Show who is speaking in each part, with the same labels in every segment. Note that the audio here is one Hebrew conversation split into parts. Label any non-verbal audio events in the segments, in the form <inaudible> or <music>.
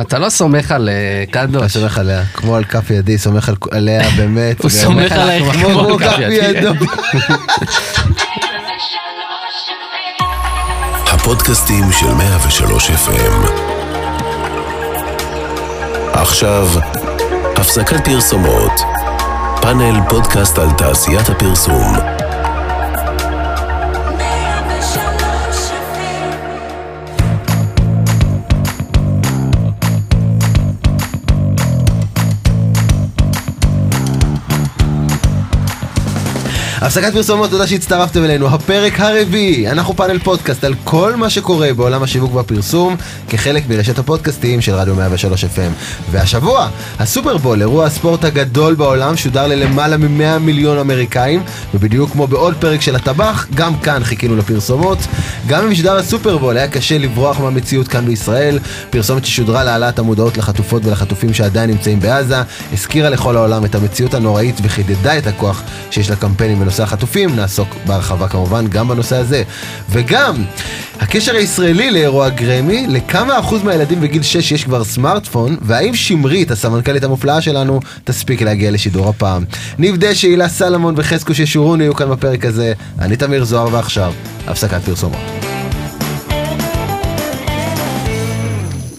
Speaker 1: אתה לא סומך על אה,
Speaker 2: אתה
Speaker 1: קדוש.
Speaker 2: סומך עליה, כמו על כף ידי, סומך על- עליה
Speaker 1: <laughs>
Speaker 2: באמת.
Speaker 1: הוא
Speaker 2: גם-
Speaker 1: סומך עלייך כמו
Speaker 2: כמו
Speaker 1: על
Speaker 2: כף
Speaker 1: <laughs>
Speaker 2: ידו.
Speaker 3: הפודקאסטים של 103 FM. עכשיו, הפסקת פרסומות. פאנל פודקאסט על תעשיית הפרסום.
Speaker 2: הפסקת פרסומות, תודה שהצטרפתם אלינו. הפרק הרביעי, אנחנו פאנל פודקאסט על כל מה שקורה בעולם השיווק והפרסום כחלק מרשת הפודקאסטים של רדיו 103 FM. והשבוע, הסופרבול, אירוע הספורט הגדול בעולם, שודר ללמעלה מ-100 מיליון אמריקאים, ובדיוק כמו בעוד פרק של הטבח, גם כאן חיכינו לפרסומות. גם במשדר הסופרבול היה קשה לברוח מהמציאות כאן בישראל. פרסומת ששודרה להעלאת המודעות לחטופות ולחטופים שעדיין נמצאים בעזה, הזכירה לכל העולם את המציאות הנוראית וחידדה את הכוח שיש לקמפיינים בנושא החטופים. נעסוק בהרחבה כמובן גם בנושא הזה. וגם, הקשר הישראלי לאירוע גרמי, לכמה אחוז מהילדים בגיל 6 יש כבר סמארטפון, והאם שמרית, הסמנכ"לית המופלאה שלנו, תספיק להגיע לשידור הפעם. ניב דשא, הילה סלמון וחזקו ששורון יהיו כאן בפרק הזה. אני תמיר זוהר ועכשיו, הפסקת פרסומות.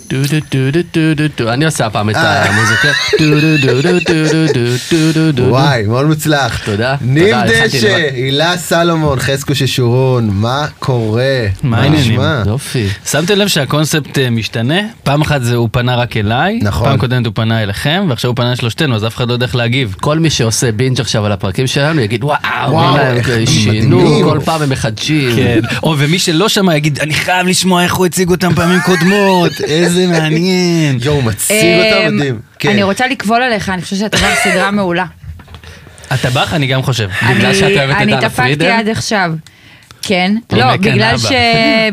Speaker 1: דו דו דו דו דו דו דו. אני עושה הפעם את
Speaker 2: אה.
Speaker 1: המוזיקה. דו דו דו דו דו דו דו דו דו דו.
Speaker 2: וואי, מאוד מוצלח.
Speaker 1: תודה,
Speaker 2: ניב
Speaker 1: תודה, הכנתי
Speaker 2: דשא,
Speaker 1: לבד.
Speaker 2: הילה סלומון, חזקו ששורון, מה קורה?
Speaker 4: מה העניינים? לא.
Speaker 2: נשמע?
Speaker 1: יופי.
Speaker 4: שמתם לב שהקונספט אה, משתנה? פעם אחת זה הוא פנה רק אליי,
Speaker 2: נכון.
Speaker 4: פעם קודמת הוא פנה אליכם, ועכשיו הוא פנה לשלושתנו, אז אף אחד לא יודע איך להגיב.
Speaker 1: כל מי שעושה בינג' עכשיו על הפרקים שלנו יגיד וואו,
Speaker 2: וואו,
Speaker 1: הנה הם
Speaker 2: איך הם
Speaker 1: שינו,
Speaker 2: מדהימים."
Speaker 1: כל פעם הם מחדשים.
Speaker 4: כן. או ומי שלא שמע יגיד, אני חייב לשמוע איך הוא הציג אותם פעמים קודמות,
Speaker 2: <laughs>
Speaker 4: איזה מעניין.
Speaker 2: יואו, מציג אותה
Speaker 5: אמ,
Speaker 2: מדהים. כן.
Speaker 5: אני רוצה לקבול עליך, אני חושבת שאתה כבר סדרה מעולה.
Speaker 4: הטבח אני גם חושב.
Speaker 1: בגלל
Speaker 5: אני-
Speaker 1: שאת אוהבת את דנה
Speaker 5: אני דפקתי
Speaker 1: פרידר?
Speaker 5: עד עכשיו. כן,
Speaker 4: הנה,
Speaker 5: לא,
Speaker 4: כן,
Speaker 5: בגלל
Speaker 4: אבא.
Speaker 5: ש...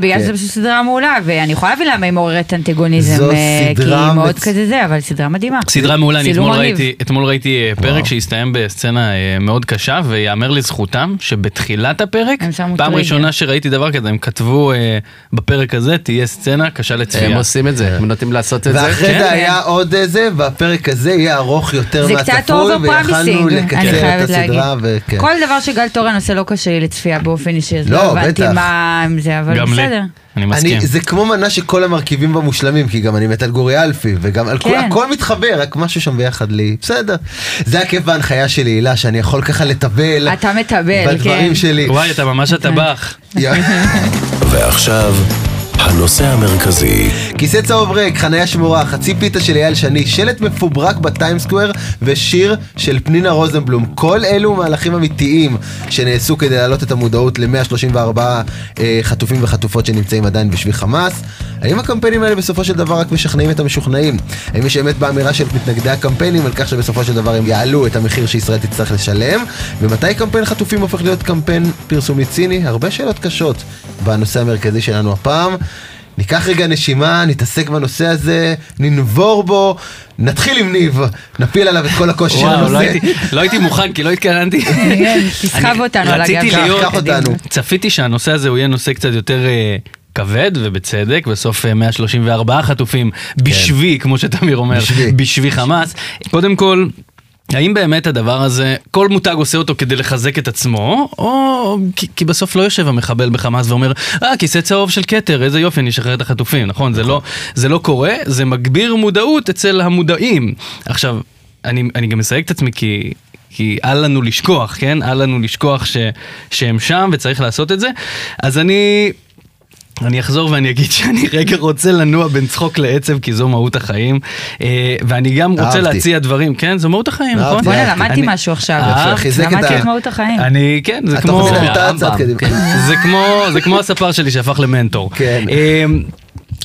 Speaker 5: בגלל שזה פשוט סדרה מעולה, ואני יכולה להבין למה היא מעוררת אנטגוניזם,
Speaker 2: זו
Speaker 5: אה, כי היא
Speaker 2: סדרה
Speaker 5: מאוד
Speaker 2: מצ-
Speaker 5: כזה זה, אבל סדרה מדהימה.
Speaker 4: סדרה מעולה, אני
Speaker 5: צילום
Speaker 4: אתמול
Speaker 5: מגניב.
Speaker 4: ראיתי, אתמול ראיתי אה, פרק שהסתיים בסצנה אה, מאוד קשה, ויאמר לזכותם שבתחילת הפרק,
Speaker 5: הם שמו
Speaker 4: פעם
Speaker 5: טריגר.
Speaker 4: ראשונה שראיתי דבר כזה, הם כתבו אה, בפרק הזה, תהיה סצנה קשה
Speaker 1: הם
Speaker 4: לצפייה.
Speaker 1: עושים את זה, הם נוטים לעשות את זה.
Speaker 2: ואחרי
Speaker 4: כן.
Speaker 2: זה היה עוד איזה, והפרק הזה יהיה ארוך יותר
Speaker 5: זה
Speaker 2: מהצפוי,
Speaker 5: קצת אובר
Speaker 2: ויכלנו
Speaker 5: פרמיסינג, אני
Speaker 2: לקצר את
Speaker 5: חייבת להגיד.
Speaker 2: הסדרה, וכן.
Speaker 5: כל דבר שגל תורן עושה לא קשה לי לצפייה באופן אישי, אז
Speaker 2: לא,
Speaker 5: לא הבנתי
Speaker 2: בטח.
Speaker 5: מה עם זה, אבל
Speaker 4: גם לי.
Speaker 5: בסדר.
Speaker 4: אני
Speaker 2: אני,
Speaker 4: מסכים.
Speaker 2: זה כמו מנה שכל המרכיבים בה מושלמים, כי גם אני מת על גורי אלפי, וגם על
Speaker 5: כן.
Speaker 2: כל, הכל מתחבר, רק משהו שם ביחד לי, בסדר. זה הכיף בהנחיה שלי, הילה, שאני יכול ככה לטבל.
Speaker 5: אתה מטבל, כן.
Speaker 2: בדברים שלי.
Speaker 4: וואי, אתה ממש הטבח.
Speaker 3: ועכשיו, הנושא המרכזי.
Speaker 2: כיסא צהוב ריק, חניה שמורה, חצי פיתה של אייל שני, שלט מפוברק בטיימסקוואר ושיר של פנינה רוזנבלום. כל אלו מהלכים אמיתיים שנעשו כדי להעלות את המודעות ל-134 אה, חטופים וחטופות שנמצאים עדיין בשבי חמאס. האם הקמפיינים האלה בסופו של דבר רק משכנעים את המשוכנעים? האם יש אמת באמירה של מתנגדי הקמפיינים על כך שבסופו של דבר הם יעלו את המחיר שישראל תצטרך לשלם? ומתי קמפיין חטופים הופך להיות קמפיין פרסומי ציני? הרבה שאלות קשות בנושא המרכזי שלנו הפעם. ניקח רגע נשימה, נתעסק בנושא הזה, ננבור בו, נתחיל עם ניב, נפיל עליו את כל הקושי של
Speaker 4: וואו, לא
Speaker 2: הנושא.
Speaker 4: הייתי- לא הייתי מוכן כי לא התכוננתי.
Speaker 5: <laughs> כן, תסחב
Speaker 4: <laughs> אני-
Speaker 5: אותנו על הגב.
Speaker 4: רציתי
Speaker 2: קח,
Speaker 4: להיות-
Speaker 2: קח אותנו.
Speaker 4: צפיתי שהנושא הזה הוא יהיה נושא קצת יותר אה, כבד, ובצדק, בסוף אה, 134 חטופים בשבי, כמו שתמיר אומר,
Speaker 2: כן. בשבי.
Speaker 4: בשבי חמאס. קודם כל... האם באמת הדבר הזה, כל מותג עושה אותו כדי לחזק את עצמו, או כי, כי בסוף לא יושב המחבל בחמאס ואומר, אה, כיסא צהוב של כתר, איזה יופי, אני אשחרר את החטופים, נכון? זה לא, זה לא קורה, זה מגביר מודעות אצל המודעים. עכשיו, אני, אני גם מסייג את עצמי כי... כי אל לנו לשכוח, כן? אל לנו לשכוח ש, שהם שם וצריך לעשות את זה. אז אני אני אחזור ואני אגיד <laughs> שאני רגע רוצה לנוע בין צחוק לעצב, כי זו מהות החיים. אה, ואני גם רוצה
Speaker 2: אהבתי.
Speaker 4: להציע דברים, כן? זו מהות החיים,
Speaker 2: אהבתי,
Speaker 4: נכון?
Speaker 5: בואנה,
Speaker 2: אהבתי.
Speaker 5: למדתי
Speaker 4: אני-
Speaker 5: משהו עכשיו. אה?
Speaker 4: אהבת?
Speaker 2: חיזק את
Speaker 5: למדתי
Speaker 2: ה-
Speaker 5: את מהות החיים.
Speaker 4: אני, כן, זה
Speaker 2: אתה
Speaker 4: כמו...
Speaker 2: רוצה
Speaker 1: מהרמב"ם,
Speaker 2: לטעת צעד קדימה.
Speaker 1: כן.
Speaker 4: זה כמו, זה כמו הספר שלי שהפך למנטור.
Speaker 2: כן.
Speaker 4: אמ,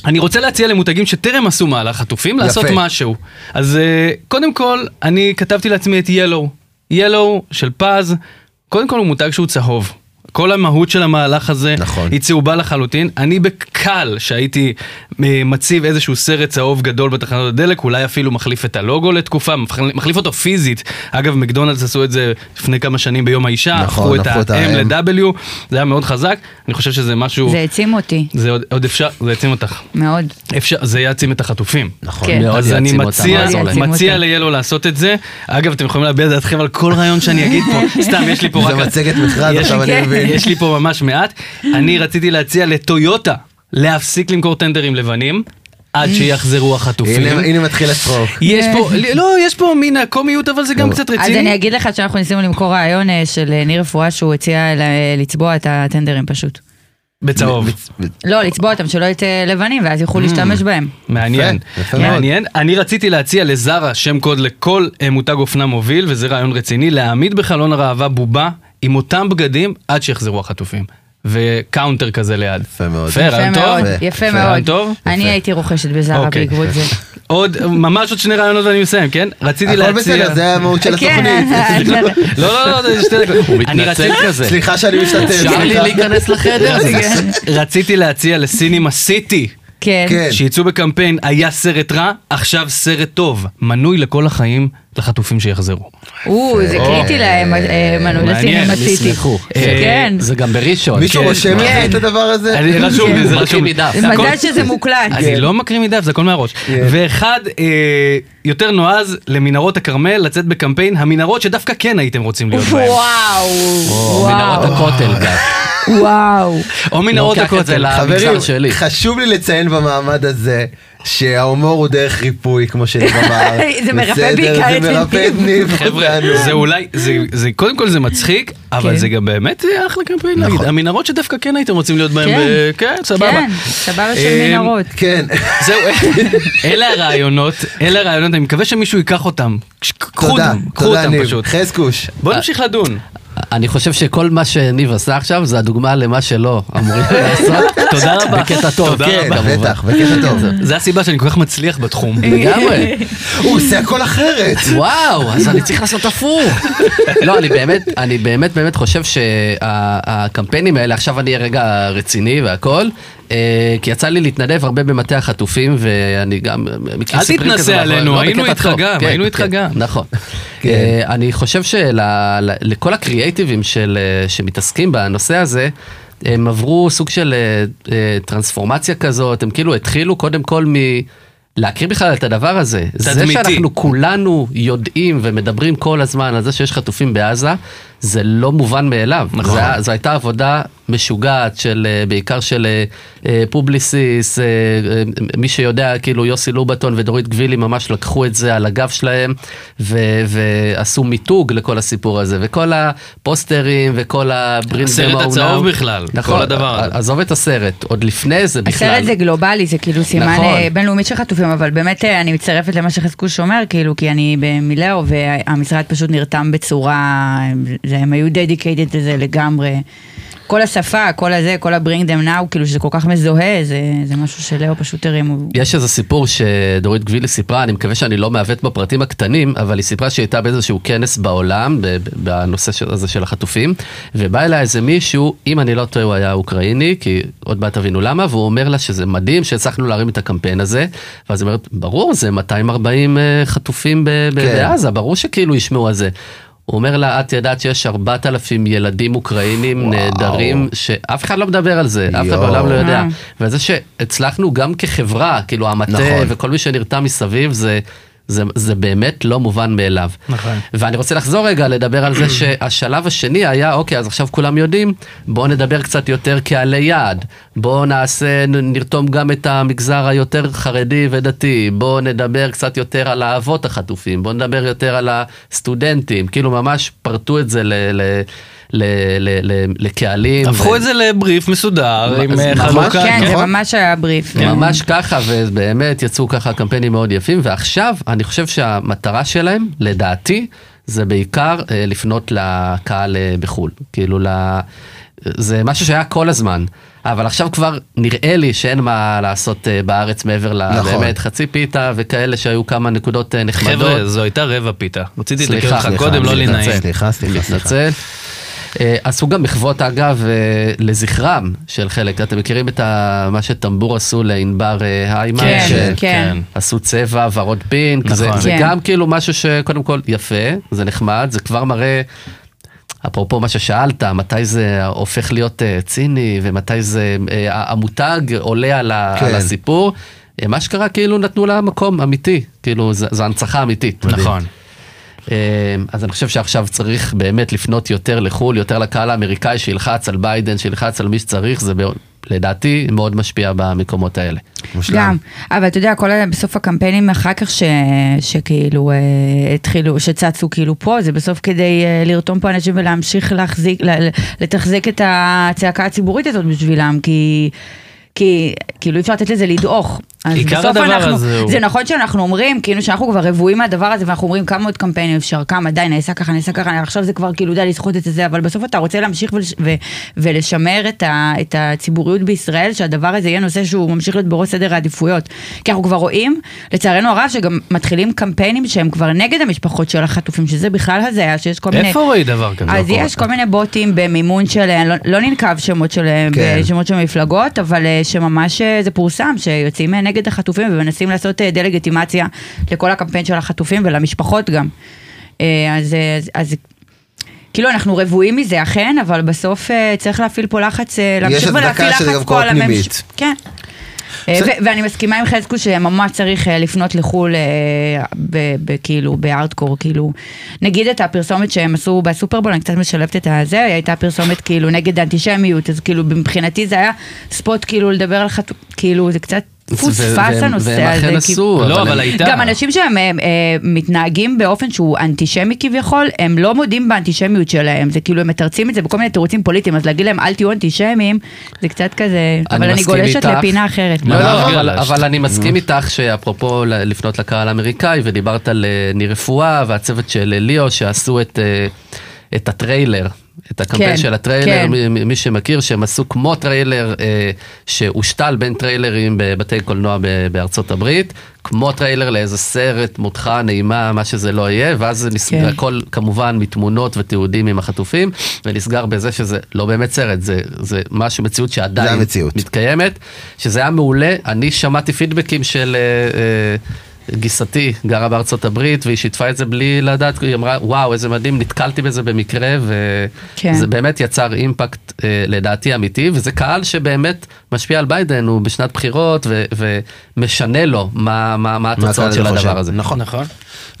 Speaker 4: אני רוצה להציע למותגים שטרם עשו מהלך חטופים לעשות
Speaker 2: יפה.
Speaker 4: משהו. אז אה, קודם כל, אני כתבתי לעצמי את ילו. ילו של פז, קודם כל הוא מותג שהוא צהוב. כל המהות של המהלך הזה
Speaker 2: נכון.
Speaker 4: היא צהובה לחלוטין. אני בק- קל שהייתי אה, מציב איזשהו סרט צהוב גדול בתחנות הדלק, אולי אפילו מחליף את הלוגו לתקופה, מח- מחליף אותו פיזית. אגב, מקדונלדס עשו את זה לפני כמה שנים ביום האישה,
Speaker 2: נכון,
Speaker 4: הפכו את
Speaker 2: הפכו את ה-M.
Speaker 4: ה-M ל-W, זה היה מאוד חזק, אני חושב שזה משהו,
Speaker 5: זה העצים אותי,
Speaker 4: זה עוד- עוד אפשר, זה העצים אותך.
Speaker 5: מאוד.
Speaker 4: אפשר, זה יעצים את החטופים.
Speaker 2: נכון.
Speaker 5: כן.
Speaker 1: מאוד
Speaker 4: אז אני
Speaker 1: יעצים אותם,
Speaker 4: מציע,
Speaker 1: יעזור להם.
Speaker 4: מציע
Speaker 5: אותם.
Speaker 4: ליאלו לעשות את זה. אגב, אתם יכולים להביע את דעתכם על כל רעיון שאני אגיד
Speaker 5: <laughs>
Speaker 4: פה. סתם, יש לי פה
Speaker 2: זה
Speaker 4: רק...
Speaker 2: מצגת מכרז,
Speaker 4: יש-
Speaker 2: עכשיו אני
Speaker 5: כן.
Speaker 2: מבין.
Speaker 4: יש לי פה ממש מעט. אני רציתי להציע לטויוטה להפסיק למכור טנדרים לבנים עד שיחזרו החטופים.
Speaker 2: הנה הנה מתחיל
Speaker 4: <laughs>
Speaker 2: הצחוק.
Speaker 4: יש פה, לא, יש פה מן הקומיות, אבל זה גם
Speaker 2: לא.
Speaker 4: קצת
Speaker 5: כן. אז
Speaker 4: רציני.
Speaker 5: אני אגיד לך שאנחנו ניסינו למכור רעיון אה, של אה, ניר רפואה שהוא הציע ל- אה, לצבוע את הטנדרים פשוט.
Speaker 4: בצהוב.
Speaker 5: לא, לצבוע אותם שלא יצא לבנים ואז יוכלו להשתמש בהם.
Speaker 4: מעניין,
Speaker 2: יפה, יפה מאוד.
Speaker 4: מעניין. אני רציתי להציע לזרה שם קוד לכל אה, מותג אופנה מוביל, וזה רעיון רציני, להעמיד בחלון הראווה בובה עם אותם בגדים עד שיחזרו החטופים. וקאונטר כזה ליד.
Speaker 2: יפה מאוד.
Speaker 4: יפה, רעיון
Speaker 5: יפה
Speaker 4: טוב?
Speaker 5: מאוד,
Speaker 2: יפה.
Speaker 5: יפה
Speaker 4: יפה. רעיון
Speaker 5: מאוד.
Speaker 4: טוב?
Speaker 5: אני
Speaker 2: יפה.
Speaker 5: הייתי רוכשת בזארה
Speaker 4: אוקיי.
Speaker 5: בעקבות זה.
Speaker 4: עוד, ממש עוד שני רעיונות ואני מסיים, כן? רציתי
Speaker 2: הכל
Speaker 4: להציע...
Speaker 2: בסדר, זה המהות של התוכנית.
Speaker 5: כן, בסדר.
Speaker 4: לא, לא, לא, זה שתי דקות.
Speaker 1: הוא
Speaker 4: אני
Speaker 1: מתנצל
Speaker 4: רציתי-
Speaker 1: כזה.
Speaker 2: סליחה שאני משתתף.
Speaker 1: אפשר לי
Speaker 2: סליחה.
Speaker 1: להיכנס
Speaker 5: לא,
Speaker 1: לחדר?
Speaker 4: רציתי להציע לסינימה סיטי.
Speaker 5: <laughs> כן.
Speaker 2: כן.
Speaker 4: שיצאו בקמפיין, היה סרט רע, עכשיו סרט טוב. מנוי לכל החיים לחטופים שיחזרו.
Speaker 5: או, זה קריטי להם, אה, מנוי
Speaker 4: מעניין,
Speaker 5: לסינים עשיתי.
Speaker 1: יסלחו.
Speaker 5: כן.
Speaker 1: אה, זה גם בראשון.
Speaker 2: מישהו
Speaker 1: כן.
Speaker 2: רושם לך
Speaker 5: כן.
Speaker 2: את הדבר הזה?
Speaker 4: אני רשום לי, זה
Speaker 1: הוא
Speaker 4: רשום לי.
Speaker 1: מקריא מדף.
Speaker 5: זה מזל שזה מוקלט.
Speaker 4: אני לא מקריא מדף, זה הכל מהראש. ואחד אה, יותר נועז למנהרות הכרמל לצאת בקמפיין, המנהרות שדווקא כן הייתם רוצים להיות בהן.
Speaker 5: וואו,
Speaker 1: מנהרות
Speaker 5: וואו,
Speaker 1: הכותל גם.
Speaker 5: וואו.
Speaker 4: או מנהרות
Speaker 1: לוקח את זה
Speaker 4: הכותל.
Speaker 1: לה-
Speaker 2: חברים,
Speaker 1: המגזר שלי.
Speaker 2: חשוב לי לציין במעמד הזה שההומור הוא דרך ריפוי, כמו שניר
Speaker 4: <laughs>
Speaker 2: אמר.
Speaker 5: זה מרפא
Speaker 2: בסדר,
Speaker 5: בעיקר את
Speaker 2: זה מרפא את
Speaker 5: ניב.
Speaker 2: ניב.
Speaker 4: חבר'ה,
Speaker 2: אותנו.
Speaker 4: זה אולי, זה- זה- קודם כל זה מצחיק, אבל
Speaker 5: כן.
Speaker 4: זה גם באמת אה, אחלה קמפיין להגיד. המנהרות שדווקא כן הייתם רוצים להיות בהן,
Speaker 5: כן.
Speaker 4: ב- כן, סבבה.
Speaker 5: כן, סבבה של
Speaker 4: אה,
Speaker 5: מנהרות.
Speaker 2: כן.
Speaker 4: זהו, <laughs> אלה הרעיונות, אלה הרעיונות, אני מקווה שמישהו ייקח אותם. קחו
Speaker 2: תודה,
Speaker 4: אותם, קחו
Speaker 2: תודה
Speaker 4: אותם
Speaker 2: ניב.
Speaker 4: פשוט.
Speaker 2: חזקוש.
Speaker 4: בואו נמשיך לדון.
Speaker 1: אני חושב שכל מה שניב עשה עכשיו זה הדוגמה למה שלא אמורים לעשות.
Speaker 4: תודה רבה.
Speaker 1: בקטע טוב,
Speaker 4: תודה
Speaker 2: כן,
Speaker 1: כן, כמובן.
Speaker 2: בטח, בקטע טוב.
Speaker 5: אה.
Speaker 4: זה הסיבה שאני כל כך מצליח בתחום.
Speaker 1: לגמרי.
Speaker 2: <laughs> הוא עושה הכל אחרת.
Speaker 1: וואו, אז אני צריך לעשות הפוך. לא, אני באמת, אני באמת באמת חושב שהקמפיינים האלה, עכשיו אני אהיה רגע רציני והכל, אה, כי יצא לי להתנדב הרבה במטה החטופים, ואני גם אה, מכיר
Speaker 4: אל
Speaker 1: סיפורים
Speaker 4: תתנשא
Speaker 1: כזה בעבר,
Speaker 4: עלינו,
Speaker 1: לא,
Speaker 4: היינו
Speaker 1: בקטע
Speaker 4: איתך
Speaker 1: טוב.
Speaker 4: גם,
Speaker 1: כן,
Speaker 4: היינו איתך
Speaker 1: כן,
Speaker 4: גם. כן.
Speaker 1: נכון. אה, אני חושב שלכל הקריאייטיבים של, אה, שמתעסקים בנושא הזה, הם עברו סוג של אה, אה, טרנספורמציה כזאת, הם כאילו התחילו קודם כל מ... להכיר בכלל את הדבר הזה. זה
Speaker 4: תדמיתי.
Speaker 1: שאנחנו כאילו כולנו יודעים ומדברים כל הזמן על זה שיש חטופים בעזה, זה לא מובן מאליו. נכון. זו הייתה עבודה משוגעת של, אה, בעיקר של אה, אה, פובליסיס, אה, אה, מי שיודע, כאילו יוסי לובטון ודורית גבילי ממש לקחו את זה על הגב שלהם, ו- ועשו מיתוג לכל הסיפור הזה, וכל הפוסטרים וכל הברינד
Speaker 4: הסרט
Speaker 1: דמו
Speaker 4: הצהוב
Speaker 1: העולם.
Speaker 4: בכלל, כל
Speaker 1: נכון,
Speaker 4: הדבר הזה.
Speaker 1: עזוב את הסרט, עוד לפני זה בכלל.
Speaker 5: הסרט זה גלובלי, זה כאילו סימן
Speaker 1: נכון.
Speaker 5: אה, בינלאומי של חטופים, אבל באמת אה, אני מצטרפת למה שחזקוש אומר, כאילו, כי אני במילאו, והמשרד פשוט נרתם בצורה, זה- הם היו דדיקייטד לזה לגמרי. כל השפה, כל הזה, כל ה-bring them now, כאילו שזה כל כך מזוהה, זה, זה משהו שלאו פשוט הרימו.
Speaker 1: יש איזה סיפור שדורית גבילי סיפרה, אני מקווה שאני לא מעוות בפרטים הקטנים, אבל היא סיפרה שהיא הייתה באיזשהו כנס בעולם, ב- ב- בנושא של- הזה של החטופים, ובא אליה איזה מישהו, אם אני לא טועה הוא היה אוקראיני, כי עוד מעט תבינו למה, והוא אומר לה שזה מדהים שהצלחנו להרים את הקמפיין הזה, ואז היא אומרת, ברור, זה 240 אה, חטופים ב- ב-
Speaker 2: כן.
Speaker 1: בעזה, ברור שכאילו ישמעו על זה. הוא אומר לה, את ידעת שיש 4,000 ילדים אוקראינים נהדרים, שאף אחד לא מדבר על זה, אף אחד
Speaker 2: יואו.
Speaker 1: בעולם לא יודע. וזה שהצלחנו גם כחברה, כאילו המטה
Speaker 2: נכון.
Speaker 1: וכל מי שנרתם מסביב, זה, זה, זה באמת לא מובן מאליו.
Speaker 4: נכון.
Speaker 1: ואני רוצה לחזור רגע לדבר על זה <clears throat> שהשלב השני היה, אוקיי, אז עכשיו כולם יודעים, בואו נדבר קצת יותר קהלי יעד, בואו נעשה, נ- נרתום גם את המגזר היותר חרדי ודתי, בואו נדבר קצת יותר על האבות החטופים, בואו נדבר יותר על הסטודנטים, כאילו ממש פרטו את זה ל... ל ל- ל- ל- לקהלים.
Speaker 4: הפכו
Speaker 1: ו-
Speaker 4: את זה לבריף מסודר עם
Speaker 1: אז
Speaker 4: אה,
Speaker 1: ממש
Speaker 4: חלוקה.
Speaker 5: כן,
Speaker 4: כן.
Speaker 5: זה
Speaker 2: נכון?
Speaker 5: ממש היה בריף.
Speaker 1: ממש ככה, ובאמת יצאו ככה קמפיינים מאוד יפים, ועכשיו אני חושב שהמטרה שלהם, לדעתי, זה בעיקר אה, לפנות לקהל אה, בחו"ל. כאילו, ל... זה משהו שהיה כל הזמן, אבל עכשיו כבר נראה לי שאין מה לעשות אה, בארץ מעבר
Speaker 2: נכון.
Speaker 1: לבאמת חצי פיתה וכאלה שהיו כמה נקודות אה, נחמדות.
Speaker 4: חבר'ה, זו הייתה רבע פיתה. רציתי
Speaker 1: סליחה,
Speaker 4: לתקן אותך
Speaker 1: סליחה,
Speaker 4: קודם, לא
Speaker 1: אני
Speaker 4: לי
Speaker 1: מתנצל.
Speaker 4: נעים.
Speaker 2: סליחה, סליחה, סליחה.
Speaker 1: מתנצל. אה, עשו גם מחוות, אגב, אה, לזכרם של חלק. אתם מכירים את ה- מה שטמבור עשו לענבר אה, היימן?
Speaker 5: כן,
Speaker 1: ש-
Speaker 5: כן.
Speaker 1: עשו צבע, ורוד פינק, זה,
Speaker 4: נכון.
Speaker 1: זה
Speaker 5: כן.
Speaker 1: גם כאילו משהו שקודם כל יפה, זה נחמד, זה כבר מראה, אפרופו מה ששאלת, מתי זה הופך להיות אה, ציני ומתי זה, אה, המותג עולה על, ה,
Speaker 2: כן.
Speaker 1: על הסיפור, אה, מה שקרה כאילו נתנו לה מקום אמיתי, כאילו ז- זו הנצחה אמיתית.
Speaker 4: נכון.
Speaker 1: אה, אז אני חושב שעכשיו צריך באמת לפנות יותר לחו"ל, יותר לקהל האמריקאי שילחץ על ביידן, שילחץ על מי שצריך, זה בא- לדעתי מאוד משפיע במקומות האלה.
Speaker 5: גם, אבל אתה יודע, כל ה... בסוף הקמפיינים אחר כך ש... שכאילו אה, התחילו, שצצו כאילו פה, זה בסוף כדי אה, לרתום פה אנשים ולהמשיך להחזיק, ל- ל- לתחזק את הצעקה הציבורית הזאת בשבילם, כי... כי כאילו אי אפשר לתת לזה לדעוך. אז
Speaker 4: עיקר
Speaker 5: בסוף
Speaker 4: הדבר
Speaker 5: אנחנו,
Speaker 4: הזה הוא-
Speaker 5: זה נכון שאנחנו אומרים, כאילו שאנחנו כבר רבועים מהדבר הזה, ואנחנו אומרים כמה עוד קמפיינים אפשר, כמה, די, נעשה ככה, נעשה ככה, עכשיו זה כבר כאילו די לסחוט את זה, אבל בסוף אתה רוצה להמשיך ולש, ו, ולשמר את, ה, את הציבוריות בישראל, שהדבר הזה יהיה נושא שהוא ממשיך להיות בראש סדר העדיפויות. כי אנחנו כבר רואים, לצערנו הרב, שגם מתחילים קמפיינים שהם כבר נגד המשפחות של החטופים, שזה בכלל הזיה, שיש כל מיני...
Speaker 4: איפה ראי דבר כזה?
Speaker 5: אז יש כל מיני בוטים במימון של, אה, לא, לא ננקב שמות של, אה,
Speaker 2: כן.
Speaker 5: בשמות של מפלגות, אבל אה, שממש אה, זה פורסם, שיוצאים אה, נגד החטופים ומנסים לעשות אה, דה-לגיטימציה לכל הקמפיין של החטופים ולמשפחות גם. אה, אז, אה, אז, אז כאילו אנחנו רבועים מזה אכן, אבל בסוף אה, צריך להפעיל פה לחץ, אה, להמשיך
Speaker 2: הצדקה
Speaker 5: ולהפעיל
Speaker 2: שזה
Speaker 5: לחץ
Speaker 2: גם
Speaker 5: פה
Speaker 2: כוח
Speaker 5: על הממשלה.
Speaker 2: פנימית.
Speaker 5: כן. אה,
Speaker 2: בסדר.
Speaker 5: ו- ואני מסכימה עם חזקו שממש צריך אה, לפנות לחו"ל, אה, ב- ב- כאילו, בארדקור, כאילו, נגיד את הפרסומת שהם עשו בסופרבול, אני קצת משלבת את הזה, הייתה פרסומת כאילו נגד אנטישמיות, אז כאילו מבחינתי זה היה ספוט כאילו לדבר על חתו... כאילו זה קצת
Speaker 1: ו-
Speaker 5: פוספס
Speaker 1: והם-
Speaker 5: הנושא הזה.
Speaker 1: והם אכן
Speaker 5: כאילו.
Speaker 1: עשו,
Speaker 4: לא,
Speaker 1: הם-
Speaker 4: אבל הייתה.
Speaker 5: גם אנשים שהם אה, אה, מתנהגים באופן שהוא אנטישמי כביכול, הם לא מודים באנטישמיות שלהם, זה כאילו הם מתרצים את זה בכל מיני תירוצים פוליטיים, אז להגיד להם אל תהיו אנטישמים, זה קצת כזה,
Speaker 1: אני
Speaker 5: אבל אני
Speaker 1: מסכים
Speaker 5: גולשת
Speaker 1: איתך.
Speaker 5: לפינה אחרת.
Speaker 1: לא,
Speaker 4: מה,
Speaker 1: לא,
Speaker 4: למה?
Speaker 1: אבל,
Speaker 4: גלשת.
Speaker 1: אבל אני מסכים איתך שאפרופו ל- לפנות לקהל האמריקאי, ודיברת על אה, ניר רפואה והצוות של אה, ליאו שעשו את, אה, את הטריילר. את הקמפיין
Speaker 5: כן,
Speaker 1: של הטריילר,
Speaker 5: כן.
Speaker 1: מי, מי- מי שמכיר, שהם עשו כמו טריילר אה, שהושתל בין טריילרים בבתי קולנוע ב- בארצות הברית, כמו טריילר לאיזה סרט, מותך, נעימה, מה שזה לא יהיה, ואז זה נסגר,
Speaker 5: כן.
Speaker 1: הכל כמובן מתמונות ותיעודים עם החטופים, ונסגר בזה שזה לא באמת סרט, זה, זה משהו, מציאות שעדיין
Speaker 2: המציאות.
Speaker 1: מתקיימת, שזה היה מעולה. אני שמעתי פידבקים של אה, אה, גיסתי, גרה בארצות הברית, והיא שיתפה את זה בלי לדעת, היא אמרה, וואו, איזה מדהים, נתקלתי בזה במקרה, וזה
Speaker 5: כן.
Speaker 1: באמת יצר אימפקט אה, לדעתי אמיתי, וזה קהל שבאמת משפיע על ביידן, הוא בשנת בחירות, ו- ומשנה לו מה, מה, מה
Speaker 2: הקהל
Speaker 1: התוצאות של
Speaker 2: חושב.
Speaker 1: הדבר הזה.
Speaker 2: נכון.
Speaker 4: נכון.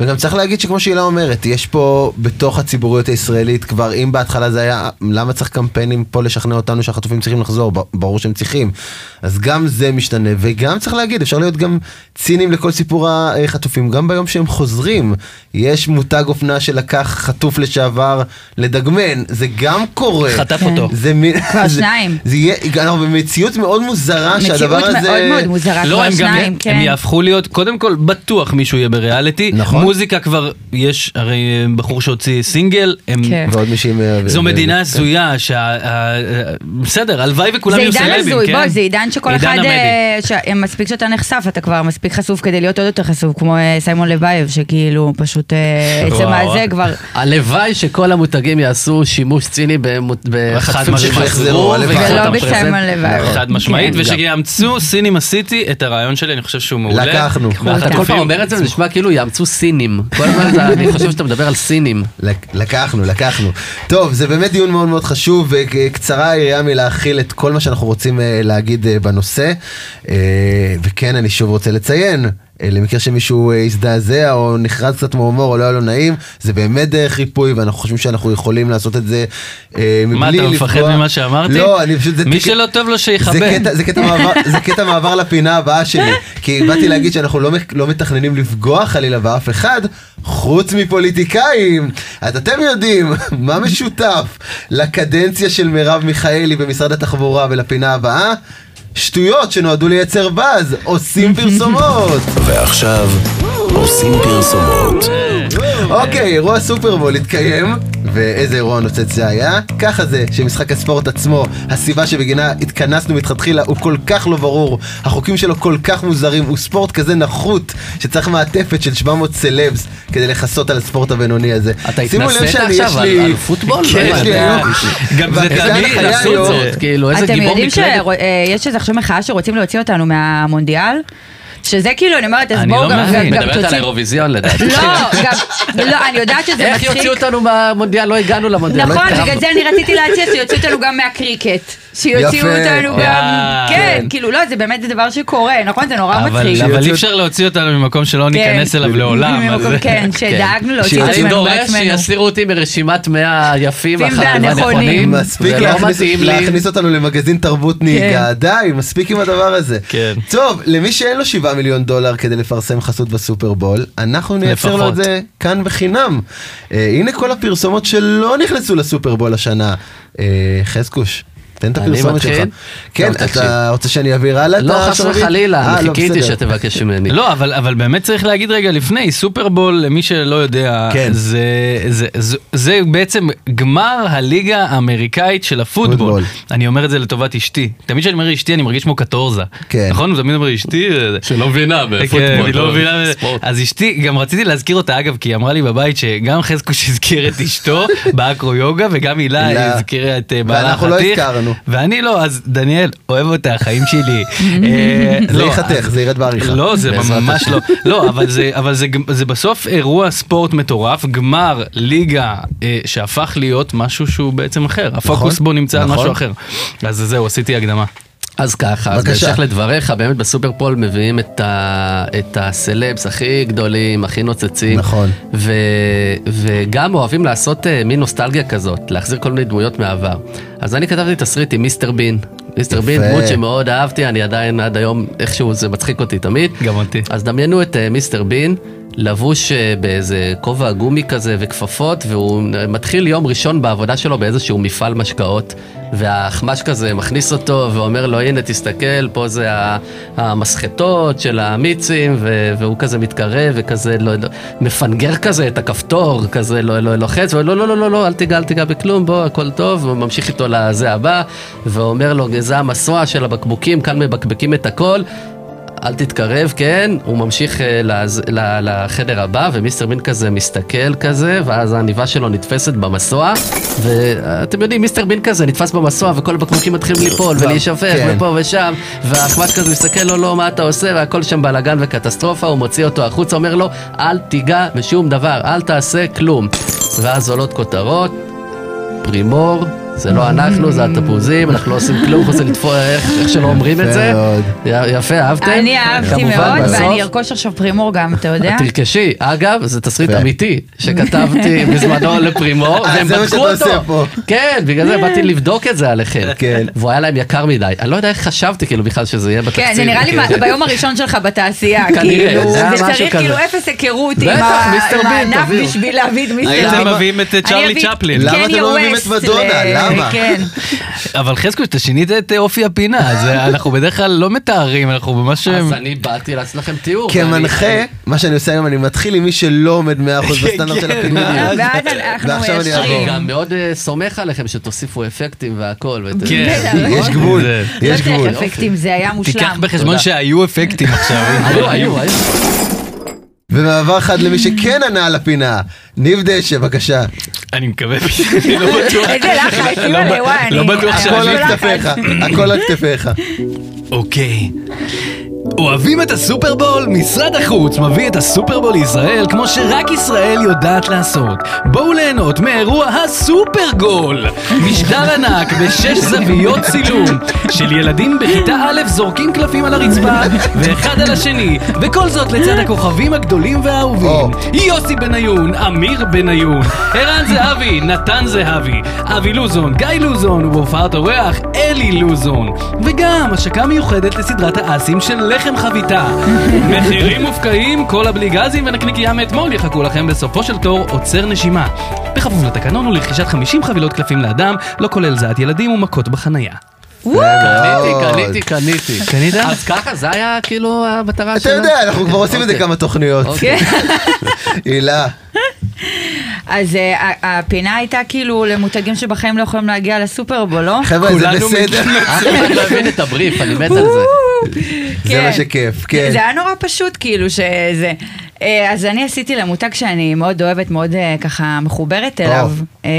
Speaker 2: וגם צריך להגיד שכמו שהילה אומרת, יש פה בתוך הציבוריות הישראלית כבר, אם בהתחלה זה היה, למה צריך קמפיינים פה לשכנע אותנו שהחטופים צריכים לחזור? ב- ברור שהם צריכים. אז גם זה משתנה, וגם צריך להגיד, אפשר להיות גם ציניים לכל סיפור החטופים, גם ביום שהם חוזרים. יש מותג אופנה שלקח חטוף לשעבר לדגמן, זה גם קורה.
Speaker 4: חטף אותו.
Speaker 2: זה מין...
Speaker 5: כבר
Speaker 2: זה-
Speaker 5: שניים.
Speaker 2: זה יהיה, אנחנו במציאות מאוד מוזרה אה, שהדבר הזה...
Speaker 5: מציאות מאוד מאוד מוזרה,
Speaker 4: לא,
Speaker 5: כבר
Speaker 4: הם גם
Speaker 5: שניים,
Speaker 4: הם
Speaker 5: כן.
Speaker 4: יהפכו להיות, קודם כל, בטוח מישהו יהיה בריאליטי.
Speaker 2: נכון.
Speaker 4: מוזיקה כבר, יש הרי אה, בחור שהוציא סינגל, הם...
Speaker 5: כן.
Speaker 2: ועוד מישהי... מה-
Speaker 4: זו מדינה הזויה, שה... ה- ה- בסדר, הלוואי וכולם
Speaker 5: זה
Speaker 4: יהיו
Speaker 5: עידן
Speaker 4: סלבים,
Speaker 5: הזוי,
Speaker 4: כן?
Speaker 5: בוא, זה עידן שכל אחד,
Speaker 4: עידן המדי.
Speaker 5: אה, ש- מספיק שאתה נחשף, אתה כבר מספיק חשוף כדי להיות עוד יותר חשוף, כמו אה, סיימון לבייב, שכאילו פשוט אה, עצם
Speaker 4: וואו.
Speaker 5: הזה כבר...
Speaker 1: הלוואי שכל המותגים יעשו שימוש ציני במות- בחטפים
Speaker 4: משמעית.
Speaker 1: שחזרו,
Speaker 4: לא,
Speaker 2: ולא
Speaker 1: ויקחו
Speaker 5: ולא
Speaker 1: אותם
Speaker 5: בסיימון
Speaker 1: פרזנט.
Speaker 5: לבייב.
Speaker 4: חד משמעית,
Speaker 5: כן.
Speaker 4: ושיאמצו סינימה סיטי את הרעיון שלי, אני חושב שהוא מעולה.
Speaker 2: לקחנו.
Speaker 4: ואתם
Speaker 1: אתה כל פעם
Speaker 4: אפילו-
Speaker 1: אומר
Speaker 5: <laughs>
Speaker 1: את זה, זה נשמע כאילו יאמצו סינים. כל הזמן אתה- אני חושב שאתה מדבר על סינים.
Speaker 2: לק- לקחנו, לקחנו. טוב, זה באמת דיון מאוד מאוד חשוב, וקצרה היריעה מלהכיל את כל מה שאנחנו רוצים אה, להגיד אה, בנושא. אה, וכן, אני שוב רוצה לציין, אה, למקרה שמישהו אה, הזדעזע או נחרץ קצת מהומור או לא היה לו נעים, זה באמת דרך ריפוי, ואנחנו חושבים שאנחנו יכולים לעשות את זה אה, מבלי
Speaker 4: מה, אתה מפחד
Speaker 2: לפגוע-
Speaker 4: ממה שאמרתי?
Speaker 2: לא, אני פשוט... זה
Speaker 4: מי
Speaker 2: טיקט-
Speaker 4: שלא טוב לו
Speaker 2: זה
Speaker 4: שיכבד.
Speaker 2: קטע- זה קטע מעבר- זה קטע מעבר לפינה הבאה שלי, כי באתי להגיד שאנחנו לא מק- לא מתכננים לפגוע חלילה באף אחד, חוץ מפוליטיקאים. אז אתם יודעים <laughs> מה משותף לקדנציה של מרב מיכאלי במשרד התחבורה ולפינה הבאה? שטויות שנועדו לייצר באז, עושים פרסומות.
Speaker 3: ועכשיו עושים פרסומות.
Speaker 2: אוקיי, אירוע סופרבול התקיים, ואיזה אירוע נוצץ זה היה. ככה זה שמשחק הספורט עצמו, הסיבה שבגינה התכנסנו מתחתחילה הוא כל כך לא ברור, החוקים שלו כל כך מוזרים, הוא ספורט כזה נחות, שצריך מעטפת של 700 סלבס כדי לכסות על הספורט הבינוני הזה.
Speaker 1: אתה
Speaker 2: שימו לב
Speaker 1: התנסית
Speaker 2: שאני- יש
Speaker 1: עכשיו על-
Speaker 2: לי-
Speaker 1: על פוטבול?
Speaker 4: כן,
Speaker 1: לא
Speaker 2: יש לי
Speaker 1: יודע.
Speaker 2: היום-
Speaker 4: גם זה
Speaker 2: בקטן
Speaker 4: תמיד,
Speaker 2: החיה
Speaker 4: עשו את
Speaker 2: היום-
Speaker 4: זה. כאילו, איזה
Speaker 5: אתם
Speaker 4: גיבור
Speaker 5: יודעים
Speaker 4: מקלדת.
Speaker 5: שיש איזה עכשיו מחאה שרוצים להוציא אותנו מהמונדיאל? שזה כאילו, אני אומרת, אז
Speaker 4: אני
Speaker 5: בואו
Speaker 4: לא
Speaker 5: גם
Speaker 4: מבין.
Speaker 5: גם- גם
Speaker 1: מדברת על
Speaker 5: תוציאו-
Speaker 1: האירוויזיון לדעתי.
Speaker 5: לא, גם, לא, אני יודעת שזה
Speaker 1: איך
Speaker 5: מצחיק.
Speaker 1: יוציאו אותנו מהמונדיאל? לא הגענו למונדיאל. לא
Speaker 5: נכון,
Speaker 1: התקרבנו.
Speaker 5: בגלל זה אני רציתי להציע שיוציאו אותנו גם מהקריקט.
Speaker 2: יפה.
Speaker 5: שיוציאו אותנו גם...
Speaker 4: וואו.
Speaker 5: כן,
Speaker 4: אה, כן.
Speaker 5: כאילו, לא, זה באמת דבר שקורה, נכון? זה נורא מצחיק.
Speaker 4: אבל אבל אי אפשר להוציא אותנו ממקום שלא ניכנס אליו לעולם. אז-
Speaker 5: כן. ממקום- כן, שדאגנו להוציא את
Speaker 1: אני
Speaker 5: עצמנו
Speaker 1: דורש
Speaker 5: בעצמנו.
Speaker 1: שיסירו אותי מרשימת 100 היפים
Speaker 5: יפים והנכונים.
Speaker 1: והנכונים.
Speaker 2: מספיק
Speaker 1: זה לא
Speaker 2: להכניס,
Speaker 1: מתאים לי. כן.
Speaker 2: להכניס אותנו למגזין תרבות נהיגה, די, מספיק עם הדבר הזה.
Speaker 4: כן.
Speaker 2: טוב, למי שאין לו 7 מיליון דולר כדי לפרסם חסות בסופרבול, אנחנו נייצר לו את
Speaker 4: לפחות.
Speaker 2: זה כאן בחינם. אה, הנה כל הפרסומות שלא נכנסו לסופרבול השנה. אה, חזקוש. תן את
Speaker 1: אני
Speaker 2: הפרסומת
Speaker 1: מתחיל?
Speaker 2: שלך. כן,
Speaker 1: טוב, תקשיב.
Speaker 2: אתה רוצה שאני אעביר הלאה? את
Speaker 1: לא, חס
Speaker 2: השרביט?
Speaker 1: וחלילה,
Speaker 2: אה,
Speaker 1: אני
Speaker 2: לא,
Speaker 1: חיכיתי
Speaker 2: בסדר.
Speaker 1: שתבקש ממני.
Speaker 4: לא, אבל, אבל באמת צריך להגיד רגע לפני, סופרבול, למי שלא יודע,
Speaker 2: כן.
Speaker 4: זה, זה, זה, זה בעצם גמר הליגה האמריקאית של הפוטבול.
Speaker 2: פוטבול.
Speaker 4: פוטבול. אני אומר את זה לטובת אשתי. תמיד כשאני אומר אשתי, אני מרגיש כמו קטורזה.
Speaker 2: כן.
Speaker 4: נכון? תמיד אומר אשתי... אה,
Speaker 1: שלא מבינה
Speaker 4: כן, היא לא מבינה בזה.
Speaker 1: ספורט.
Speaker 4: אז אשתי, גם רציתי להזכיר אותה אגב, כי היא אמרה לי בבית שגם חזקוש הזכיר את
Speaker 1: <laughs>
Speaker 4: אשתו באקרו יוגה, וגם
Speaker 2: הילה.
Speaker 4: הילה הזכירה את אה, בעלה החתיך.
Speaker 2: ואנחנו לא הזכרנו.
Speaker 4: ואני לא, אז דניאל, אוהב אותה, החיים
Speaker 2: <laughs>
Speaker 4: שלי. אה,
Speaker 2: זה
Speaker 4: לא,
Speaker 2: ייחתך, זה ירד בעריכה.
Speaker 4: לא, זה
Speaker 1: בעזרת
Speaker 4: ממש לא. לא, אבל זה- אבל זה גם- זה בסוף אירוע ספורט מטורף, גמר ליגה אה, שהפך להיות משהו שהוא בעצם אחר. הפוקוס בו נמצא על
Speaker 2: נכון.
Speaker 4: משהו אחר. אז זהו, עשיתי הקדמה.
Speaker 1: אז ככה, אז
Speaker 2: בבקשה.
Speaker 1: בהמשך לדבריך, באמת בסופרפול מביאים את, ה, את הסלבס הכי גדולים, הכי נוצצים.
Speaker 2: נכון.
Speaker 1: ו, וגם אוהבים לעשות אה, מין נוסטלגיה כזאת, להחזיר כל מיני דמויות מהעבר. אז אני כתבתי תסריט עם מיסטר בין. מיסטר
Speaker 2: יפה.
Speaker 1: בין, דמות שמאוד אהבתי, אני עדיין עד היום, איכשהו זה מצחיק אותי תמיד.
Speaker 4: גם אותי.
Speaker 1: אז דמיינו את אה, מיסטר בין, לבוש אה, באיזה כובע גומי כזה וכפפות, והוא אה, מתחיל יום ראשון בעבודה שלו באיזשהו מפעל משקאות, והאחמ"ש כזה מכניס אותו ואומר לו, הנה תסתכל, פה זה ה- המסחטות של המיצים, ו- והוא כזה מתקרב וכזה לא, לא, מפנגר כזה את הכפתור, כזה לא, לא, לוחץ, ואומר, לא, לא, לא, לא, לא, אל תיגע, אל תיגע בכלום, בוא, הכל טוב, וממשיך איתו לזה הבא, ואומר לו, זה המסוע של הבקבוקים, כאן מבקבקים את הכל. אל תתקרב, כן, הוא ממשיך אה, לז- ל- לחדר הבא, ומיסטר מין כזה מסתכל כזה, ואז העניבה שלו נתפסת במסוע, ואתם יודעים, מיסטר מין כזה נתפס במסוע, וכל הבקבוקים מתחילים ליפול, ולהישפך,
Speaker 2: כן.
Speaker 1: ופה ושם, והאחמד כזה מסתכל לו, לא, מה אתה עושה, והכל שם בלאגן וקטסטרופה, הוא מוציא אותו החוצה, אומר לו, אל תיגע בשום דבר, אל תעשה כלום. ואז עולות כותרות, פרימור, זה לא אנחנו, זה התפוזים, אנחנו לא עושים כלום, חוץ מלתפור, איך איך שלא אומרים את זה.
Speaker 2: יפה מאוד.
Speaker 1: י- יפה, אהבתם?
Speaker 2: כן,
Speaker 5: אני אהבתי
Speaker 1: כן, כמובן,
Speaker 5: מאוד,
Speaker 1: בסוף-
Speaker 5: ואני ארכוש עכשיו פרימור גם, אתה יודע?
Speaker 1: תרכשי, אגב, זה תסריט
Speaker 2: יפה.
Speaker 1: אמיתי
Speaker 5: <laughs>
Speaker 1: שכתבתי בזמנו לפרימור,
Speaker 2: אה,
Speaker 1: והם
Speaker 2: זה מה
Speaker 1: בדקו
Speaker 2: שאתה עושה פה.
Speaker 1: אותו. כן, בגלל זה באתי לבדוק את זה עליכם.
Speaker 2: כן.
Speaker 1: והוא היה להם יקר מדי. אני לא יודע איך חשבתי כאילו בכלל שזה יהיה בתקציב.
Speaker 5: כן, זה נראה לי
Speaker 1: כאילו.
Speaker 5: מה- ביום הראשון שלך בתעשייה,
Speaker 1: כנראה,
Speaker 5: כאילו,
Speaker 1: זה היה
Speaker 5: זה
Speaker 1: משהו
Speaker 5: צריך
Speaker 1: כזה.
Speaker 5: כאילו אפס היכרות עם
Speaker 1: בטח,
Speaker 5: ה-
Speaker 1: מיסטר
Speaker 5: עם
Speaker 1: בין,
Speaker 5: הענף
Speaker 1: תביאו.
Speaker 5: בשביל להביא את מיסטר
Speaker 4: הייתם
Speaker 5: בין.
Speaker 4: מביאים את, אה,
Speaker 5: אני
Speaker 4: צ'רלי
Speaker 5: אביא
Speaker 4: צ'פלין.
Speaker 5: את
Speaker 2: למה אתם
Speaker 5: קניה
Speaker 2: לא מביאים את
Speaker 5: ווסט
Speaker 2: מדונה?
Speaker 5: ל-
Speaker 2: למה?
Speaker 4: <laughs>
Speaker 5: כן.
Speaker 4: אבל חזקו, אתה שינית את אה, אופי הפינה,
Speaker 1: <laughs>
Speaker 4: אז אה, אנחנו בדרך כלל לא מתארים, אנחנו ממש...
Speaker 1: אז
Speaker 4: אה,
Speaker 1: אני באתי לעשות לכם תיאור. ואני-
Speaker 2: כמנחה, מה שאני עושה היום, אני מתחיל עם מי שלא עומד 100%
Speaker 1: <laughs> כן,
Speaker 2: בסטנדרט של הפינה.
Speaker 5: ואז אנחנו
Speaker 2: ועכשיו אני
Speaker 1: אני
Speaker 5: ישרים.
Speaker 1: גם מאוד אה, סומך עליכם שתוסיפו אפקטים והכל. ואת- אה,
Speaker 4: כן.
Speaker 5: בסדר.
Speaker 2: <laughs> יש גבול,
Speaker 4: זה-
Speaker 2: יש
Speaker 5: לא
Speaker 2: גבול.
Speaker 5: צריך אפקטים, זה היה
Speaker 4: תיקח
Speaker 5: מושלם.
Speaker 4: בחשבון
Speaker 1: תודה.
Speaker 4: שהיו אפקטים עכשיו.
Speaker 1: <laughs> היו, היו,
Speaker 2: <laughs>
Speaker 1: היו.
Speaker 2: ובמעבר חד למי שכן ענה על הפינה, ניב דשא, בבקשה.
Speaker 4: אני מקווה, <laughs> אני לא בטוח.
Speaker 5: <laughs> איזה לחץ,
Speaker 4: לא
Speaker 5: אימא'לה,
Speaker 4: ב-
Speaker 5: וואי, אני-
Speaker 4: לא
Speaker 5: אני
Speaker 4: בטוח
Speaker 2: הכל על
Speaker 5: לא
Speaker 4: שאני...
Speaker 5: יודעת.
Speaker 2: כתפיך, הכל על
Speaker 5: <laughs>
Speaker 2: כתפיך.
Speaker 4: אוקיי. אוהבים את הסופרבול? משרד החוץ מביא את הסופרבול לישראל כמו שרק ישראל יודעת לעשות. בואו ליהנות מאירוע הסופרגול! משדר ענק בשש זוויות צילום של ילדים בכיתה א' זורקים קלפים על הרצפה ואחד על השני, וכל זאת לצד הכוכבים הגדולים והאהובים. יוסי בניון, אמיר בניון, ערן זהבי, נתן זהבי, אבי לוזון, גיא לוזון ובהופעת אורח אלי לוזון. וגם השקה מיוחדת לסדרת האסים של לחם
Speaker 5: <laughs>
Speaker 4: חביתה. מחירים מופקעים, קולה בלי גזים ונקניקייה מאתמול יחכו לכם בסופו של תור עוצר נשימה. בכפוף לתקנון ולרכישת 50 חבילות קלפים לאדם, לא כולל זעת ילדים ומכות בחנייה.
Speaker 1: קניתי,
Speaker 2: מאוד.
Speaker 1: קניתי, קניתי.
Speaker 4: קנית?
Speaker 1: אז ככה, זה היה כאילו המטרה אוקיי. שלה?
Speaker 2: אתה <laughs>
Speaker 5: כן.
Speaker 4: אוקיי.
Speaker 2: יודע, אנחנו כבר עושים את זה
Speaker 1: אוקיי.
Speaker 2: כמה תוכניות.
Speaker 1: אוקיי.
Speaker 2: הילה,
Speaker 5: אז אה, ה- הפינה הייתה כאילו למותגים שבחיים לא יכולים להגיע לסופרבול, לא?
Speaker 2: חבר'ה, זה
Speaker 4: כולנו
Speaker 2: בסדר.
Speaker 1: אף אחד לא הבין את הבריף, אני מת על זה.
Speaker 2: <laughs> זה מה
Speaker 5: כן.
Speaker 2: שכיף, כן.
Speaker 5: זה היה נורא פשוט, כאילו, שזה... אה, אז אני עשיתי למותג שאני מאוד אוהבת, מאוד אה, ככה מחוברת אליו. אה,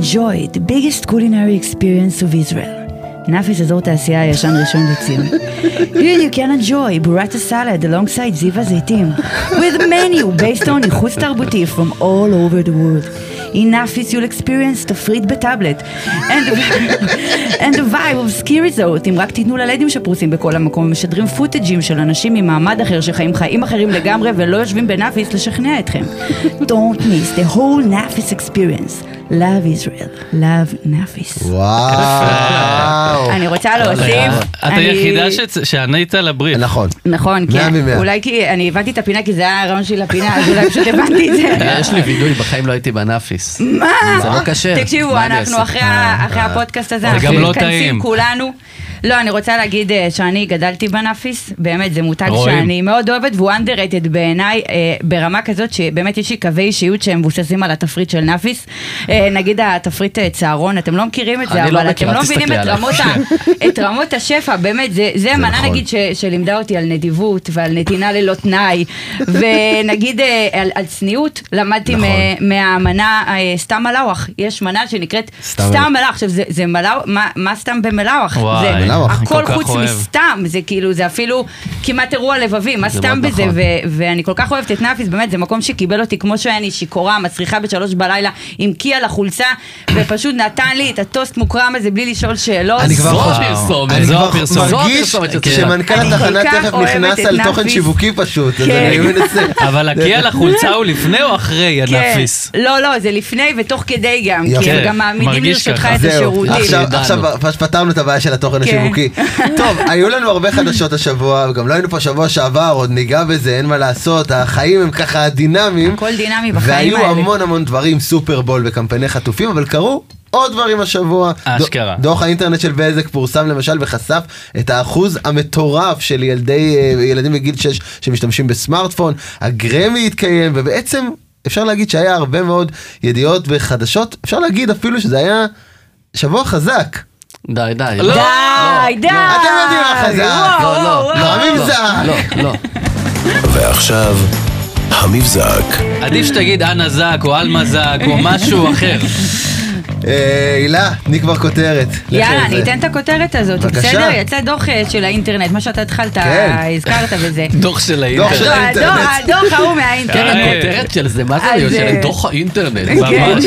Speaker 5: Enjoy the biggest culinary experience of Israel. נאפיס אזור תעשייה הישן ראשון לציון. Here you can enjoy burrata salad alongside זיווה זיתים. With menu based on ייחוס תרבותי from all over the world. In נאפיס you'll experience תפריט בטאבלט. And, <laughs> and the vibe of ski resort, אם רק תיתנו ללדים שפרוסים בכל המקום ומשדרים פוטג'ים של אנשים ממעמד אחר שחיים חיים אחרים לגמרי ולא יושבים בנאפיס לשכנע אתכם. Don't miss the whole נאפיס experience. Love Israel. Love נאפיס.
Speaker 2: וואו.
Speaker 5: אני רוצה להוסיף.
Speaker 4: את
Speaker 5: אני-
Speaker 4: היחידה שצ- שענית לבריף.
Speaker 2: נכון.
Speaker 5: נכון,
Speaker 2: מאה
Speaker 5: כן.
Speaker 2: ממאה.
Speaker 5: אולי כי אני הבנתי את הפינה כי זה היה הרעיון שלי לפינה, אז אולי פשוט הבנתי
Speaker 1: <laughs>
Speaker 5: את זה.
Speaker 1: אה, יש לי וידוי, בחיים לא הייתי בנאפיס.
Speaker 5: מה?
Speaker 1: זה לא כשר.
Speaker 5: תקשיבו,
Speaker 1: מה אני אעשה?
Speaker 5: אנחנו
Speaker 1: אה,
Speaker 5: אחרי ה- אחרי הפודקאסט הזה,
Speaker 4: זה
Speaker 5: אנחנו
Speaker 4: גם לא
Speaker 5: מתכנסים
Speaker 4: טעים.
Speaker 5: כולנו. לא, אני רוצה להגיד אה, שאני גדלתי בנאפיס, באמת, זה מותג
Speaker 4: רואים.
Speaker 5: שאני מאוד אוהבת והוא underrated בעיניי, אה, ברמה כזאת שבאמת יש לי קווי אישיות שהם מבוססים על התפריט של נאפיס. אה, נגיד התפריט אה, צהרון, אתם לא מכירים את זה,
Speaker 1: אני לא
Speaker 5: אבל
Speaker 1: מכיר,
Speaker 5: אתם
Speaker 1: אל
Speaker 5: לא מבינים
Speaker 1: תסתכלי
Speaker 5: את
Speaker 1: עליי.
Speaker 5: רמות
Speaker 1: <laughs>
Speaker 5: ה- <laughs> את רמות השפע, באמת, זה- זה מנה
Speaker 2: נכון.
Speaker 5: נגיד ש- שלימדה אותי על נדיבות ועל נתינה ללא תנאי, ונגיד אה, על על צניעות, למדתי
Speaker 2: נכון.
Speaker 5: מ- מהמנה אה, סתם מלאוח, יש מנה שנקראת
Speaker 2: סתם
Speaker 5: סתם
Speaker 2: מלאוח.
Speaker 5: מלאוח, עכשיו זה- זה מלאוח, מה- מה סתם במלאוח?
Speaker 4: וואי,
Speaker 5: זה
Speaker 2: מלאוח.
Speaker 4: אני
Speaker 5: הכל
Speaker 4: כל כך
Speaker 5: חוץ
Speaker 4: אוהב.
Speaker 5: מסתם, זה כאילו, זה אפילו כמעט אירוע לבבי, מה
Speaker 1: זה
Speaker 5: סתם
Speaker 1: מאוד
Speaker 5: בזה,
Speaker 1: נכון.
Speaker 5: ו- ואני כל כך אוהבת את נאפיס, באמת, זה מקום שקיבל אותי כמו שאני, שיכורה, מצריכה בשלוש בלילה, עם קי על החולצה, ופשוט נתן לי את הטוסט מוקרם הזה בלי לשאול שאלות.
Speaker 2: אני כבר
Speaker 1: זו
Speaker 2: חושב-
Speaker 1: הפרסומת,
Speaker 2: אני
Speaker 4: זו
Speaker 2: כבר
Speaker 4: הפרסומת.
Speaker 2: מרגיש
Speaker 1: זו הפרסומת שצריך.
Speaker 2: שמנכ"ל
Speaker 5: אני כל
Speaker 2: התחנה
Speaker 5: כך
Speaker 2: תכף
Speaker 5: אוהבת
Speaker 2: נכנס
Speaker 5: את
Speaker 2: על תוכן
Speaker 5: נאפיס.
Speaker 2: שיווקי פשוט, אז
Speaker 5: כן.
Speaker 2: אני מנסה.
Speaker 4: אבל הקיא על החולצה הוא לפני או אחרי
Speaker 5: כן.
Speaker 4: הנאפיס?
Speaker 5: לא, לא, זה לפני ותוך כדי גם,
Speaker 2: יפה.
Speaker 5: כי הם גם מעמידים
Speaker 4: כן. מרגיש
Speaker 5: לרשותך
Speaker 4: ככה.
Speaker 5: את
Speaker 2: זהו,
Speaker 5: השירותים.
Speaker 2: עכשיו-
Speaker 1: ידענו.
Speaker 2: עכשיו פ- פתרנו את הבעיה של התוכן
Speaker 5: כן. <laughs>
Speaker 2: השיווקי. טוב, היו לנו הרבה חדשות השבוע, וגם לא היינו פה שבוע שעבר, עוד ניגע בזה, אין מה לעשות, החיים הם ככה דינמיים.
Speaker 5: הכל דינמי בחיים
Speaker 2: והיו
Speaker 5: האלה.
Speaker 2: המון המון דברים, סופרבול וקמפייני חטופים, אבל קרו עוד דברים השבוע.
Speaker 4: אשכרה.
Speaker 2: ד- דוח האינטרנט של בזק פורסם למשל וחשף את האחוז המטורף של ילדי, אה, ילדים בגיל 6 שמשתמשים בסמארטפון, הגרמי התקיים, ובעצם אפשר להגיד שהיה הרבה מאוד ידיעות וחדשות, אפשר להגיד אפילו שזה היה שבוע חזק.
Speaker 1: די, די.
Speaker 4: לא.
Speaker 5: די, די!
Speaker 2: אתם לא יודעים מה חזק.
Speaker 5: וואו,
Speaker 1: לא,
Speaker 5: וואו,
Speaker 1: לא,
Speaker 5: וואו.
Speaker 1: לא,
Speaker 2: לא, המבזק.
Speaker 1: לא, לא.
Speaker 3: ועכשיו, המבזק.
Speaker 4: עדיף שתגיד אנה זק או עלמה זק או משהו אחר.
Speaker 2: אה, הילה, תני כבר כותרת. לכי על
Speaker 5: יאללה,
Speaker 2: זה.
Speaker 5: אני אתן את הכותרת הזאת,
Speaker 2: בבקשה.
Speaker 5: בסדר? יצא דוח אה, של האינטרנט, מה שאתה התחלת,
Speaker 2: כן.
Speaker 5: הזכרת וזה.
Speaker 4: דוח של
Speaker 2: דוח של
Speaker 4: האינטרנט.
Speaker 5: הדוח-
Speaker 2: האינטרנט.
Speaker 5: הדוח ההוא
Speaker 1: כן,
Speaker 5: מהאינטרנט.
Speaker 4: אה, כן.
Speaker 1: הכותרת של זה, מה זה
Speaker 5: אז,
Speaker 1: להיות
Speaker 5: אה,
Speaker 1: של דוח האינטרנט?
Speaker 4: ממש,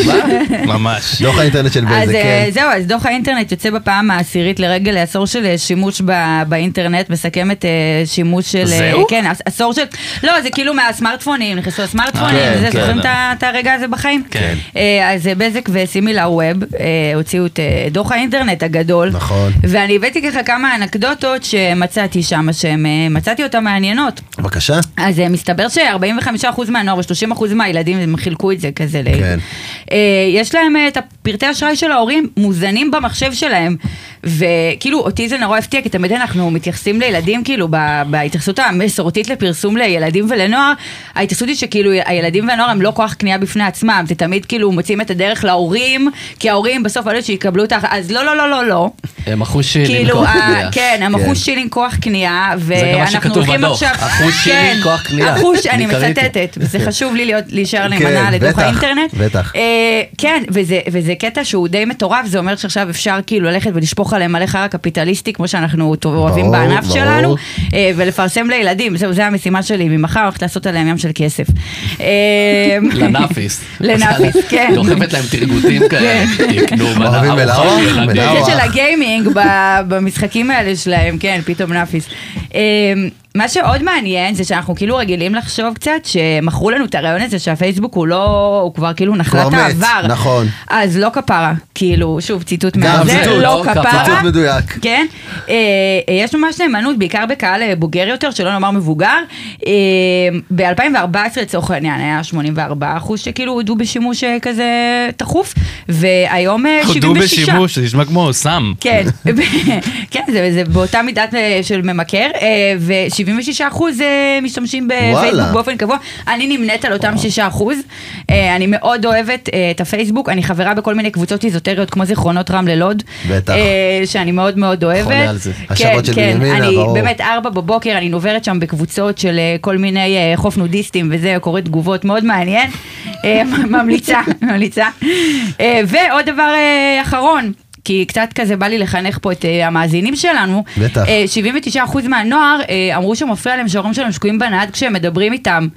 Speaker 1: מה?
Speaker 4: ממש.
Speaker 2: כן. דוח האינטרנט של
Speaker 5: אז
Speaker 2: בזק,
Speaker 5: אה,
Speaker 2: כן.
Speaker 5: זהו, אז דוח האינטרנט יוצא בפעם העשירית לרגל עשור של אה, שימוש ב- באינטרנט, מסכם את אה, שימוש של... אה,
Speaker 4: זהו?
Speaker 5: כן, עש- עשור של... לא, זה כאילו מהסמארטפונים, נכנסו הסמארטפונים,
Speaker 2: אה, כן,
Speaker 5: זה,
Speaker 2: כן.
Speaker 5: זוכרים את ה- את הרגע הזה בחיים?
Speaker 4: כן.
Speaker 5: אה, אז אה, בזק וסימילה ווב אה, הוציאו את אה, דוח האינטרנט הגדול.
Speaker 2: נכון.
Speaker 5: ואני הבאתי ככה כמה אנקדוטות שמצאתי שם, שמצאתי אותן מעניינות.
Speaker 2: בבקשה.
Speaker 5: אז אה, מסתבר ש-45% מהנוער ו-30% מהילדים, הם חילקו את זה כזה ל...
Speaker 2: כן.
Speaker 5: אה, יש להם אה, את הפרטי אשראי של ההורים מוזנים במחשב שלהם. וכאילו אותי זה נורא הפתיע, כי תמיד אנחנו מתייחסים לילדים, כאילו ב- בהתייחסות המסורתית לפרסום לילדים ולנוער, ההתייחסות היא שכאילו הילדים והנוער הם לא כוח קנייה בפני עצמם, זה תמיד כאילו מוצאים את הדרך להורים, כי ההורים בסוף אלה שיקבלו את ה... אז לא, לא, לא, לא, לא.
Speaker 1: הם אחוז שילים.
Speaker 5: כאילו,
Speaker 1: כוח
Speaker 5: ה-
Speaker 1: קנייה.
Speaker 5: כן, הם
Speaker 2: כן.
Speaker 5: אחוז שילינג כוח קנייה,
Speaker 1: זה גם מה
Speaker 5: ואנחנו
Speaker 1: שכתוב
Speaker 5: הולכים
Speaker 1: בדוח.
Speaker 5: עכשיו...
Speaker 1: אחוז שילינג,
Speaker 5: כן,
Speaker 1: כוח קנייה.
Speaker 5: אחוז, אני
Speaker 1: אני קראתי. כן.
Speaker 5: מצטטת, וזה חשוב לי להיות- להישאר
Speaker 2: כן,
Speaker 5: נאמנה לדוח
Speaker 2: בטח,
Speaker 5: האינטרנט.
Speaker 2: בטח.
Speaker 5: אה, כן, וזה- וזה קטע שהוא די מטורף, זה אומר שעכשיו אפשר כאילו ללכת ולשפוך עליהם מלא חרא קפיטליסטי, כמו שאנחנו טוב- אוהבים
Speaker 2: ברור,
Speaker 5: בענף
Speaker 2: ברור.
Speaker 5: שלנו, אה, ולפרסם לילדים, זהו, זו המשימה שלי ממחר, הולכת לעשות עליהם ים של כסף. אה,
Speaker 1: לנאפיס.
Speaker 5: לנאפיס,
Speaker 1: <laughs>
Speaker 5: כן.
Speaker 1: דוחפת להם
Speaker 5: <laughs>
Speaker 1: תרגותים כאלה. כן. תקנו מנה
Speaker 2: אוהבים
Speaker 1: ארוחה
Speaker 2: מלאוח?
Speaker 1: לילדים.
Speaker 2: מלאוח.
Speaker 5: זה של הגיימינג ב- במשחקים האלה שלהם, כן, פתאום נאפיס. אמ, מה שעוד מעניין זה שאנחנו כאילו רגילים לחשוב קצת שמכרו לנו את הרעיון הזה שהפייסבוק הוא לא, הוא כבר כאילו נחלת
Speaker 2: כבר מת,
Speaker 5: העבר.
Speaker 2: נכון.
Speaker 5: אז לא כפרה, כאילו, שוב ציטוט
Speaker 2: גם
Speaker 5: מהזה,
Speaker 2: ציטוט,
Speaker 5: לא כפרה.
Speaker 2: ציטוט מדויק.
Speaker 5: כן, אה, אה, יש ממש נאמנות בעיקר בקהל אה, בוגר יותר, שלא נאמר מבוגר. אה, ב-2014 לצורך העניין היה 84 אחוז שכאילו הודו בשימוש אה, כזה תכוף, והיום אה, 76.
Speaker 4: הודו בשימוש, זה נשמע כמו סם.
Speaker 5: כן, כן, זה, זה באותה מידת אה, של ממכר, אה, ו-76% אה, משתמשים
Speaker 2: וואלה.
Speaker 5: בפייסבוק באופן קבוע. אני נמנית על אותם 6%. אה, אני מאוד אוהבת אה, את הפייסבוק, אני חברה בכל מיני קבוצות איזוטריות כמו זיכרונות רמלה לוד.
Speaker 2: בטח.
Speaker 5: אה, שאני מאוד מאוד אוהבת.
Speaker 2: חולה על זה.
Speaker 5: כן,
Speaker 2: השבת של
Speaker 5: כן,
Speaker 2: בנימינה,
Speaker 5: אני
Speaker 2: ברור.
Speaker 5: באמת ארבע בבוקר, אני נוברת שם בקבוצות של אה, כל מיני אה, חוף נודיסטים וזה, קוראת תגובות, מאוד מעניין. אה, <laughs> מ- ממליצה, ממליצה. אה, ועוד דבר אה, אחרון. כי קצת כזה בא לי לחנך פה את אה, המאזינים שלנו.
Speaker 2: בטח.
Speaker 5: אה, 79% מהנוער אה, אמרו שמפריע להם שההורים שלהם שקועים בנהד כשהם מדברים איתם.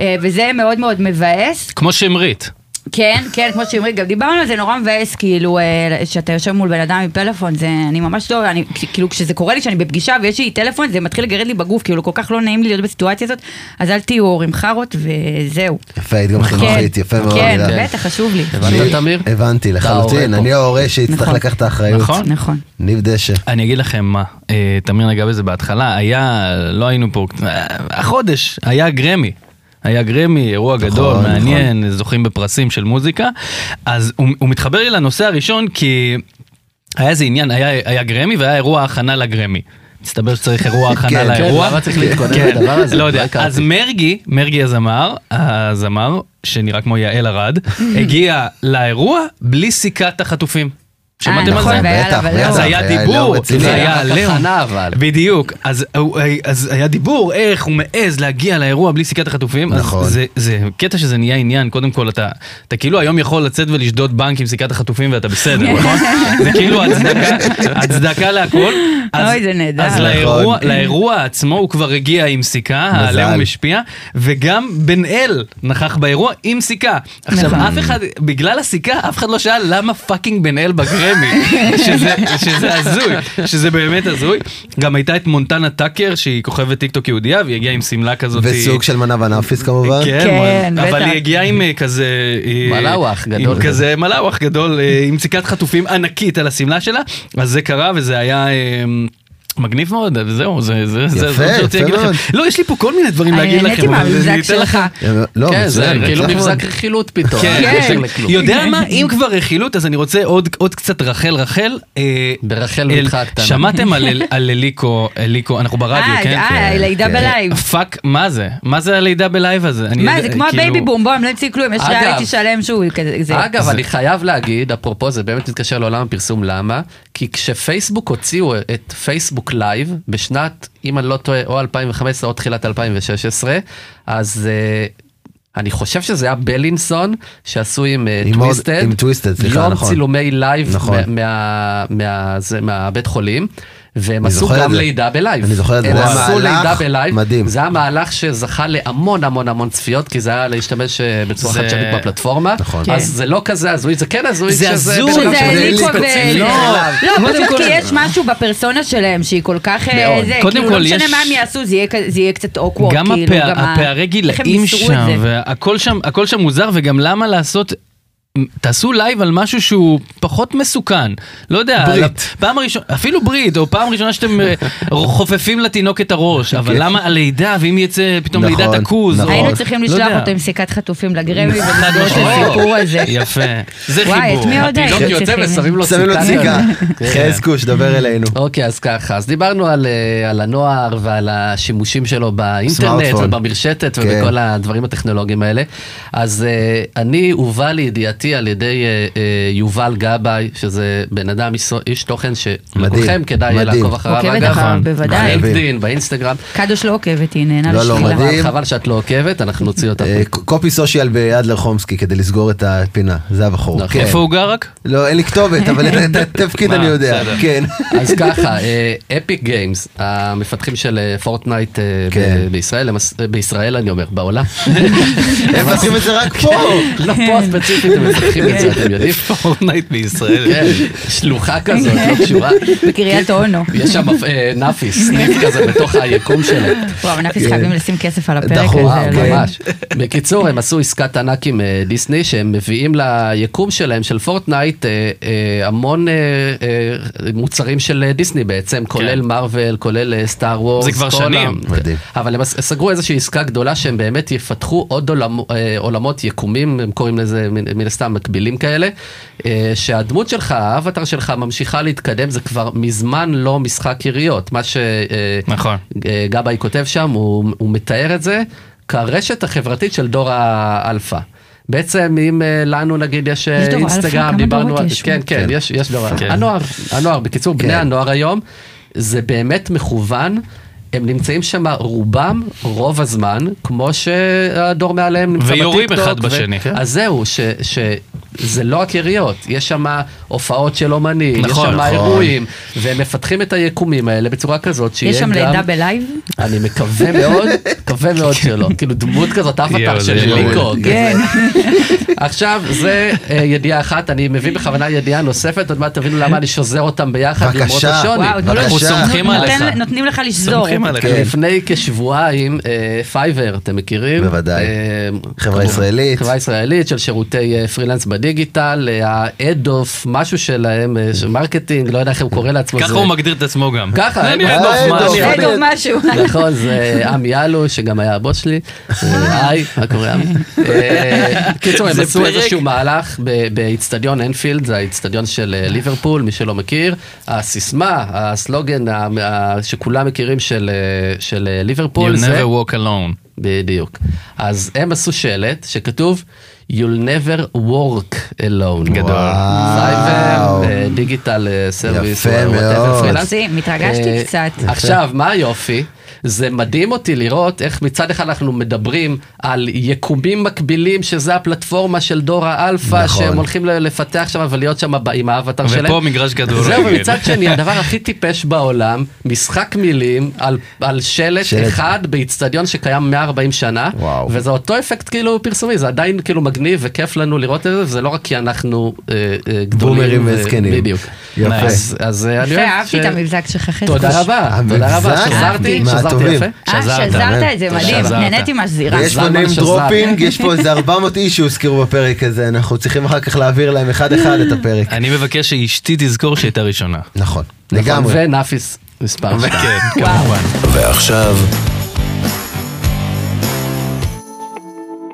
Speaker 5: אה, וזה מאוד מאוד מבאס.
Speaker 4: כמו שמרית.
Speaker 5: כן, כן, כמו שאומרים, גם דיברנו על זה, נורא מבאס, כאילו, אה, שאתה יושב מול בן אדם עם פלאפון, זה, אני ממש לא, אני, כש- כאילו, כשזה קורה לי, שאני בפגישה ויש לי טלפון, זה מתחיל לגרד לי בגוף, כאילו, כל כך לא נעים לי להיות בסיטואציה הזאת, אז אל תהיו הורים חארות, וזהו.
Speaker 2: יפה, היית גם חינוכית,
Speaker 5: כן,
Speaker 2: יפה מאוד.
Speaker 5: כן,
Speaker 2: הילה.
Speaker 5: בטח, חשוב לי.
Speaker 1: הבנת, תמיר?
Speaker 2: הבנתי לחלוטין,
Speaker 1: ההורה פה.
Speaker 2: אני ההורה שיצטרך
Speaker 5: נכון.
Speaker 2: לקחת את האחריות.
Speaker 4: נכון.
Speaker 5: נכון.
Speaker 2: ניב דשא.
Speaker 4: אני אגיד לכם מה, אה, תמיר נגע בזה בהתחלה, היה, לא היינו פה, אה, החודש היה גרמי. היה גרמי, אירוע נכון, גדול,
Speaker 2: נכון.
Speaker 4: מעניין, זוכים בפרסים של מוזיקה. אז הוא, הוא מתחבר לי לנושא הראשון כי היה איזה עניין, היה, היה גרמי והיה אירוע הכנה לגרמי. מסתבר
Speaker 1: <laughs>
Speaker 4: שצריך אירוע הכנה
Speaker 2: כן,
Speaker 4: לאירוע.
Speaker 1: למה צריך להתכונן
Speaker 4: כן,
Speaker 1: לדבר הזה?
Speaker 4: לא יודע.
Speaker 1: לא הכרתי.
Speaker 4: אז מרגי, מרגי הזמר, הזמר, שנראה כמו יעל
Speaker 1: <laughs>
Speaker 4: ארד, הגיע לאירוע בלי סיכת החטופים.
Speaker 5: אה,
Speaker 4: שמעתם על
Speaker 5: נכון,
Speaker 4: זה?
Speaker 5: והיה
Speaker 2: בטח,
Speaker 5: עליו,
Speaker 2: בטח.
Speaker 4: אז
Speaker 5: עליו.
Speaker 4: היה
Speaker 2: היה
Speaker 4: דיבור,
Speaker 2: לאום לא רציני.
Speaker 4: זה היה
Speaker 1: היה
Speaker 4: עליהום.
Speaker 1: הכנה, אבל.
Speaker 4: בדיוק, אז אה, הוא- אז היה דיבור, איך הוא מעז להגיע לאירוע בלי סיכת החטופים. אז
Speaker 2: נכון.
Speaker 4: זה- זה קטע שזה נהיה עניין, קודם כל אתה אתה כאילו היום יכול לצאת ולשדוד בנק עם סיכת החטופים ואתה
Speaker 5: <laughs>
Speaker 4: בסדר, נכון? זה כאילו הצדקה, הצדקה להכל. אז-
Speaker 5: אוי, זה נהדר.
Speaker 4: אז
Speaker 5: נכון.
Speaker 4: לאירוע- לאירוע עצמו הוא כבר הגיע עם סיכה, העליהום השפיע, וגם בן אל נכח באירוע עם סיכה. עכשיו,
Speaker 5: נכון.
Speaker 4: אף אחד, בגלל הסיכה, אף אחד לא שאל למה פאקינג בן אל בגרמי, שזה, שזה הזוי, שזה באמת הזוי. גם הייתה את מונטנה טאקר, שהיא כוכבת טיקטוק יהודייה, והיא הגיעה עם שמלה כזאת.
Speaker 2: וסוג של מנה ונאפיס כמובן.
Speaker 4: כן,
Speaker 5: כן,
Speaker 4: אבל
Speaker 5: בטח.
Speaker 4: היא הגיעה עם אה, כזה... אה,
Speaker 1: מלאווח גדול
Speaker 4: עם
Speaker 1: כזה.
Speaker 4: כזה מלאווח גדול, אה, עם סיכת חטופים ענקית על השמלה שלה, אז זה קרה וזה היה... אה, מגניב מאוד, וזהו, זה, זה, זה,
Speaker 2: יפה,
Speaker 4: זה מה שרציתי
Speaker 2: יפה
Speaker 4: להגיד
Speaker 2: מאוד.
Speaker 4: לכם. לא, יש לי פה כל מיני דברים
Speaker 5: אני
Speaker 4: להגיד
Speaker 5: נהניתי
Speaker 4: לכם, אבל
Speaker 5: מהמבזק
Speaker 4: אני אתן
Speaker 5: שלך.
Speaker 4: לכם.
Speaker 2: לא,
Speaker 1: כן, זה
Speaker 2: מצוין,
Speaker 1: כאילו
Speaker 2: מצוין.
Speaker 1: מבזק רכילות פתאום. לא
Speaker 4: כן,
Speaker 1: אין קשר
Speaker 5: כן.
Speaker 1: לכלום.
Speaker 4: יודע מה, אם כבר רכילות, אז אני רוצה עוד, עוד קצת רחל רחל. אה,
Speaker 1: ברחל
Speaker 4: אל-
Speaker 1: בתך הקטנה.
Speaker 4: שמעתם על, אל- על אליקו, אליקו, אנחנו ברדיו,
Speaker 5: אה,
Speaker 4: כן?
Speaker 5: אה, לידה
Speaker 2: כן.
Speaker 5: בלייב.
Speaker 4: פאק, מה זה? מה זה הלידה בלייב הזה? אני
Speaker 5: מה,
Speaker 4: יודע-
Speaker 5: זה כמו
Speaker 4: כאילו-
Speaker 5: הבייבי בום, בוא, הם לא המציאו כלום, יש
Speaker 1: אגב.
Speaker 5: ריאליטי שלם שהוא כזה. זה-
Speaker 1: אגב, אני חייב להגיד, אפרופו, זה באמת מתקשר לעולם הפרסום, למה? כי כשפייסבוק הוציאו את פייסבוק לייב, בשנת, אם אני לא טועה, או 2015 או תחילת 2016, אז... אה, אני חושב שזה היה בלינסון שעשו עם אה,
Speaker 2: עם עוד-
Speaker 1: טוויסטד,
Speaker 2: עם טוויסטד, סליחה,
Speaker 1: יום
Speaker 2: נכון.
Speaker 1: צילומי לייב
Speaker 2: נכון.
Speaker 1: מה- מה- מה- זה- מהבית חולים, והם
Speaker 2: אני
Speaker 1: עשו
Speaker 2: זוכר את
Speaker 1: גם
Speaker 2: זה.
Speaker 1: לידה בלייב.
Speaker 2: אני זוכר את זה.
Speaker 1: הם
Speaker 2: זה היה
Speaker 1: עשו
Speaker 2: מהלך
Speaker 1: לידה בלייב,
Speaker 2: מדהים.
Speaker 1: זה היה מהלך שזכה להמון המון המון צפיות, כי זה היה להשתמש אה, בצורה
Speaker 4: זה-
Speaker 1: חדשנית בפלטפורמה,
Speaker 2: נכון.
Speaker 5: כן.
Speaker 1: אז זה לא כזה הזוי, זה כן הזוי.
Speaker 4: זה
Speaker 1: כשזה
Speaker 4: הזוי.
Speaker 1: בן אדם
Speaker 5: שזה
Speaker 1: ש-
Speaker 5: אליקו
Speaker 1: ספציפי.
Speaker 5: ו... לא,
Speaker 4: קודם
Speaker 5: פשוט
Speaker 4: כל-
Speaker 5: כי יש משהו בפרסונה שלהם שהיא כל כך... אה,
Speaker 1: מאוד.
Speaker 5: זה,
Speaker 4: קודם
Speaker 5: כאילו,
Speaker 4: כל
Speaker 5: לא משנה
Speaker 4: יש-
Speaker 5: מה הם יעשו, זה יהיה כ- זה יהיה קצת אוקוורד.
Speaker 4: גם
Speaker 5: כאילו,
Speaker 4: הפע-
Speaker 5: ה-
Speaker 4: הפערי
Speaker 5: איך הם
Speaker 4: גילאים
Speaker 5: ניסרו את
Speaker 4: שם,
Speaker 5: זה.
Speaker 4: והכל שם, הכל שם מוזר, וגם למה לעשות... תעשו לייב על משהו שהוא פחות מסוכן, לא יודע,
Speaker 2: ברית.
Speaker 4: על הפ- פעם הראשונה, אפילו ברית, או פעם ראשונה שאתם אה, חופפים לתינוק את הראש, אבל למה הלידה, ואם יצא פתאום
Speaker 2: כן. נכון,
Speaker 4: לידת עכוז, או-
Speaker 2: נכון.
Speaker 5: היינו צריכים
Speaker 4: לא
Speaker 5: לשלוח
Speaker 4: יודע.
Speaker 5: אותו עם סיכת חטופים לגרמי
Speaker 4: <laughs> חד
Speaker 5: ולסגור את
Speaker 4: משמעית.
Speaker 5: הסיפור הזה.
Speaker 4: יפה, זה חיבור.
Speaker 5: וואי, את מי עוד
Speaker 1: התינוק
Speaker 5: הייתם
Speaker 1: יוצא
Speaker 5: צריכים?
Speaker 1: ושמים לו
Speaker 2: <laughs> שמים לו ציגה.
Speaker 1: סיכה.
Speaker 4: כן.
Speaker 2: <laughs> חזקוש, דבר אלינו.
Speaker 4: לא.
Speaker 1: אוקיי, אז ככה, אז דיברנו על, אה, על הנוער ועל השימושים שלו באינטרנט
Speaker 2: סמארטפון.
Speaker 1: ובמרשתת
Speaker 2: כן.
Speaker 1: ובכל הדברים הטכנולוגיים האלה. אז אה, אני הובא לידיעתי על ידי אה, אה, יובל גבאי, שזה בן אדם, איש- איש תוכן שלכולכם
Speaker 2: מדהים,
Speaker 1: כדאי
Speaker 2: מדהים.
Speaker 1: לעקוב אחריו,
Speaker 5: עוקבת אחריו, בוודאי.
Speaker 1: בלינקדאין, באינסטגרם.
Speaker 5: קדוש לא עוקבת, היא נהנה
Speaker 2: לא, לא,
Speaker 5: לשלילה.
Speaker 2: מדהים.
Speaker 1: חבל, חבל שאת לא עוקבת, אנחנו נוציא אותך.
Speaker 2: אה, קופי סושיאל באדלר חומסקי כדי לסגור את הפינה, זה הבחור.
Speaker 1: נכון.
Speaker 2: כן.
Speaker 4: איפה הוא גר רק?
Speaker 2: לא, אין לי כתובת,
Speaker 4: <laughs>
Speaker 2: אבל את התפקיד
Speaker 4: מה,
Speaker 2: אני יודע.
Speaker 4: בסדר.
Speaker 2: כן.
Speaker 1: אז ככה, אפיק גיימס, המפתחים של אה, פורטנייט אה, ב-
Speaker 2: כן.
Speaker 1: בישראל, הם עש- אה, בישראל אני אומר,
Speaker 5: <laughs>
Speaker 1: בעולם.
Speaker 5: כן.
Speaker 2: הם עושים את
Speaker 4: <laughs>
Speaker 2: זה רק פה.
Speaker 4: כן.
Speaker 1: לא פה ספציפית הם מפתחים את זה, אתם
Speaker 5: <laughs>
Speaker 1: יודעים?
Speaker 4: <laughs> פורטנייט בישראל.
Speaker 1: כן, שלוחה כזאת, לא קשורה. כן,
Speaker 5: בקריית אונו.
Speaker 1: יש שם אה, נאפיס, סניף כזה בתוך היקום שלו.
Speaker 5: וואו, נפיס
Speaker 2: כן.
Speaker 5: חייבים לשים כסף על הפרק
Speaker 2: דחוף,
Speaker 1: וואו,
Speaker 5: הזה.
Speaker 2: כן.
Speaker 1: ממש. בקיצור, הם עשו עסקת ענק עם אה, דיסני, שהם מביאים ליקום שלהם, של פורטנייט, אה, אה, המון אה, אה, מוצרים של אה, דיסני בעצם, כולל מארוול, כולל אה, סטאר וורס.
Speaker 4: זה כבר שנים.
Speaker 2: מדהים.
Speaker 1: אבל הם עש- סגרו איזושהי עסקה גדולה שהם באמת יפתחו עוד עולמ- אה, עולמות יקומים, הם קוראים לזה מן מן הסתם סתם מקבילים כאלה, אה, שהדמות שלך, האבטר שלך ממשיכה להתקדם, זה כבר מזמן לא משחק יריות. מה אה,
Speaker 4: נכון.
Speaker 1: שגבאי כותב שם, הוא, הוא מתאר את זה כרשת החברתית של דור האלפא. בעצם אם אה, לנו נגיד יש אה,
Speaker 5: יש דור אלפא?
Speaker 1: אינסטגרם,
Speaker 5: כמה
Speaker 1: דיברנו
Speaker 5: דורות
Speaker 1: על...
Speaker 5: יש?
Speaker 1: כן, כן,
Speaker 2: כן.
Speaker 1: יש, יש דור אלפא.
Speaker 4: כן.
Speaker 1: הנוער, הנוער, בקיצור, בני הנוער היום, זה באמת מכוון. הם נמצאים שם רובם, רוב הזמן, כמו שהדור מעליהם נמצא בטיקטוק.
Speaker 4: ויורים אחד
Speaker 1: ו-
Speaker 4: בשני, כן.
Speaker 1: אז זהו, ש- שזה לא רק יריות, יש שם הופעות של אומנים, יש
Speaker 4: נכון,
Speaker 1: שם
Speaker 4: נכון.
Speaker 1: אירועים, והם מפתחים את היקומים האלה בצורה כזאת שיהיה
Speaker 5: יש
Speaker 1: גם...
Speaker 5: שם לידה בלייב?
Speaker 1: אני מקווה מאוד, מקווה מאוד
Speaker 2: כן.
Speaker 1: שלא. כאילו דמות כזאת,
Speaker 4: יואו,
Speaker 1: אבטר
Speaker 4: זה
Speaker 1: של
Speaker 4: יואו.
Speaker 1: ליקו.
Speaker 5: כן.
Speaker 1: עכשיו, זה אה, ידיעה אחת, אני מביא בכוונה ידיעה נוספת, עוד מעט תבינו למה אני שוזר אותם ביחד
Speaker 2: בבקשה.
Speaker 1: למרות השוני.
Speaker 5: וואו, תנו לו-
Speaker 2: אנחנו
Speaker 4: סומכים
Speaker 5: נותן-
Speaker 4: עליך.
Speaker 5: נותנים לך לשזור.
Speaker 4: סומכים עליך.
Speaker 2: כן.
Speaker 1: לפני כשבועיים, אה, פייבר, אתם מכירים?
Speaker 2: בוודאי.
Speaker 1: אה,
Speaker 2: חברה
Speaker 1: כמובן,
Speaker 2: ישראלית.
Speaker 1: חברה ישראלית של שירותי אה, פרילנס בדיגיטל, אה, ה-head of משהו שלהם, אה, של מרקטינג, לא יודע איך הוא קורא לעצמו.
Speaker 4: ככה
Speaker 1: זה-
Speaker 4: הוא מגדיר את עצמו גם.
Speaker 1: ככה,
Speaker 4: אני
Speaker 1: אה,
Speaker 4: אדוף,
Speaker 2: אה,
Speaker 4: מה
Speaker 2: אדוף.
Speaker 4: אני-
Speaker 5: זה טוב משהו.
Speaker 1: <laughs> נכון, זה עמי יאלו, שגם היה הבוס שלי. אה, היי, מה קורה <laughs> עמי? אה, קיצור, הם
Speaker 4: זה
Speaker 1: עשו
Speaker 4: פרק.
Speaker 1: איזשהו מהלך ב- באיצטדיון אנפילד, זה האיצטדיון של אה, ליברפול, מי שלא מכיר. הסיסמה, הסלוגן ה- ה- שכולם מכירים של, אה, של אה, ליברפול,
Speaker 4: You'll
Speaker 1: זה...
Speaker 4: never walk alone.
Speaker 1: בדיוק. אז הם עשו שלט שכתוב, You'll never work alone.
Speaker 4: גדול.
Speaker 1: סייבר, אה, דיגיטל סרוויס,
Speaker 2: יפה מאוד.
Speaker 5: מקסים, התרגשתי
Speaker 1: אה,
Speaker 5: קצת.
Speaker 1: יפה. עכשיו, מה היופי? זה מדהים אותי לראות איך מצד אחד אנחנו מדברים על יקומים מקבילים, שזה הפלטפורמה של דור האלפא,
Speaker 2: נכון.
Speaker 1: שהם הולכים ל- לפתח שם ולהיות שם ב- עם האבטר
Speaker 4: ופה
Speaker 1: שלהם.
Speaker 4: מגרש גדול,
Speaker 1: זהו,
Speaker 4: כן.
Speaker 1: ומצד שני, הדבר הכי טיפש בעולם, משחק מילים על, על שלט,
Speaker 2: שלט.
Speaker 1: אחד באיצטדיון שקיים 140 שנה,
Speaker 2: וואו.
Speaker 1: וזה אותו אפקט כאילו פרסומי, זה עדיין כאילו מגניב וכיף לנו לראות את זה, וזה לא רק כי אנחנו אה, אה, גדולים.
Speaker 2: בומרים
Speaker 1: ו-
Speaker 2: וזקנים.
Speaker 1: בדיוק.
Speaker 2: יפה.
Speaker 1: אז- אז אה,
Speaker 5: <laughs>
Speaker 1: אני
Speaker 5: יפה,
Speaker 1: אוהב
Speaker 5: אהבתי
Speaker 1: ש-
Speaker 5: את המבזק שלך חזקוש.
Speaker 1: תודה רבה, תודה רבה,
Speaker 2: המבזק?
Speaker 1: שזרתי,
Speaker 2: מה,
Speaker 1: שזרתי
Speaker 2: טובים.
Speaker 1: יפה.
Speaker 5: אה, שזרת את זה, מדהים,
Speaker 4: שזרת.
Speaker 5: נהניתי מהזירה.
Speaker 2: יש פה
Speaker 1: זלמן
Speaker 2: name
Speaker 1: שזר. <laughs>
Speaker 2: dropping, יש פה איזה 400 איש שהוזכרו בפרק הזה, אנחנו צריכים אחר כך להעביר להם אחד אחד את הפרק.
Speaker 4: אני מבקש שאשתי תזכור שהיא הייתה ראשונה.
Speaker 2: נכון,
Speaker 1: נכון,
Speaker 2: לגמרי.
Speaker 1: ונאפיס מספר שתיים.
Speaker 4: כן, כמובן.
Speaker 3: ועכשיו...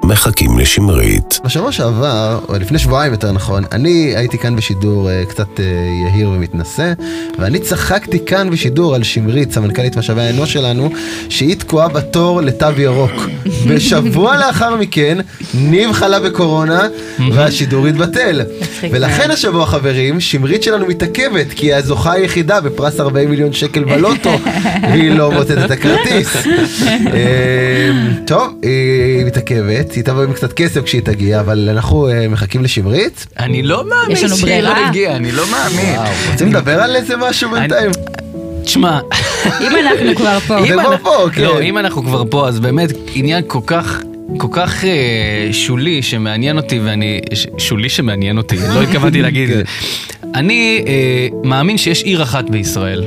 Speaker 3: מחכים לשמרית.
Speaker 2: בשבוע שעבר, או לפני שבועיים יותר נכון, אני הייתי כאן בשידור אה, קצת אה, יהיר ומתנשא, ואני צחקתי כאן בשידור על שמרית, סמנכ"לית משאבי האנוש שלנו, שהיא תקועה בתור לתו ירוק.
Speaker 1: <laughs>
Speaker 2: ושבוע לאחר מכן, ניב חלה בקורונה, והשידור התבטל.
Speaker 5: מצחיק
Speaker 2: ולכן
Speaker 1: כן.
Speaker 5: מאוד.
Speaker 2: השבוע, חברים, שמרית שלנו מתעכבת, כי היא הזוכה היחידה בפרס 40 מיליון שקל בלוטו, והיא לא מוצאת את הכרטיס. אה, טוב, היא מתעכבת, היא תבוא עם קצת כסף כשהיא תגיע, אבל אנחנו אה, מחכים לשמרית.
Speaker 4: אני לא מאמין
Speaker 5: יש לנו
Speaker 4: שהיא לא
Speaker 5: ברירה?
Speaker 4: הגיעה, אני לא מאמין.
Speaker 2: רוצים לדבר על איזה משהו בינתיים?
Speaker 4: תשמע,
Speaker 5: אם אנחנו כבר פה.
Speaker 2: זה
Speaker 4: אם
Speaker 2: כבר
Speaker 4: אנחנו-
Speaker 2: פה, כן.
Speaker 4: לא, אם אנחנו כבר פה, אז באמת עניין כל כך... כל כך אה, שולי שמעניין אותי ואני, ש, שולי שמעניין אותי,
Speaker 2: <laughs>
Speaker 4: לא התכוונתי
Speaker 2: כן.
Speaker 4: להגיד את זה. אני אה, מאמין שיש עיר אחת בישראל,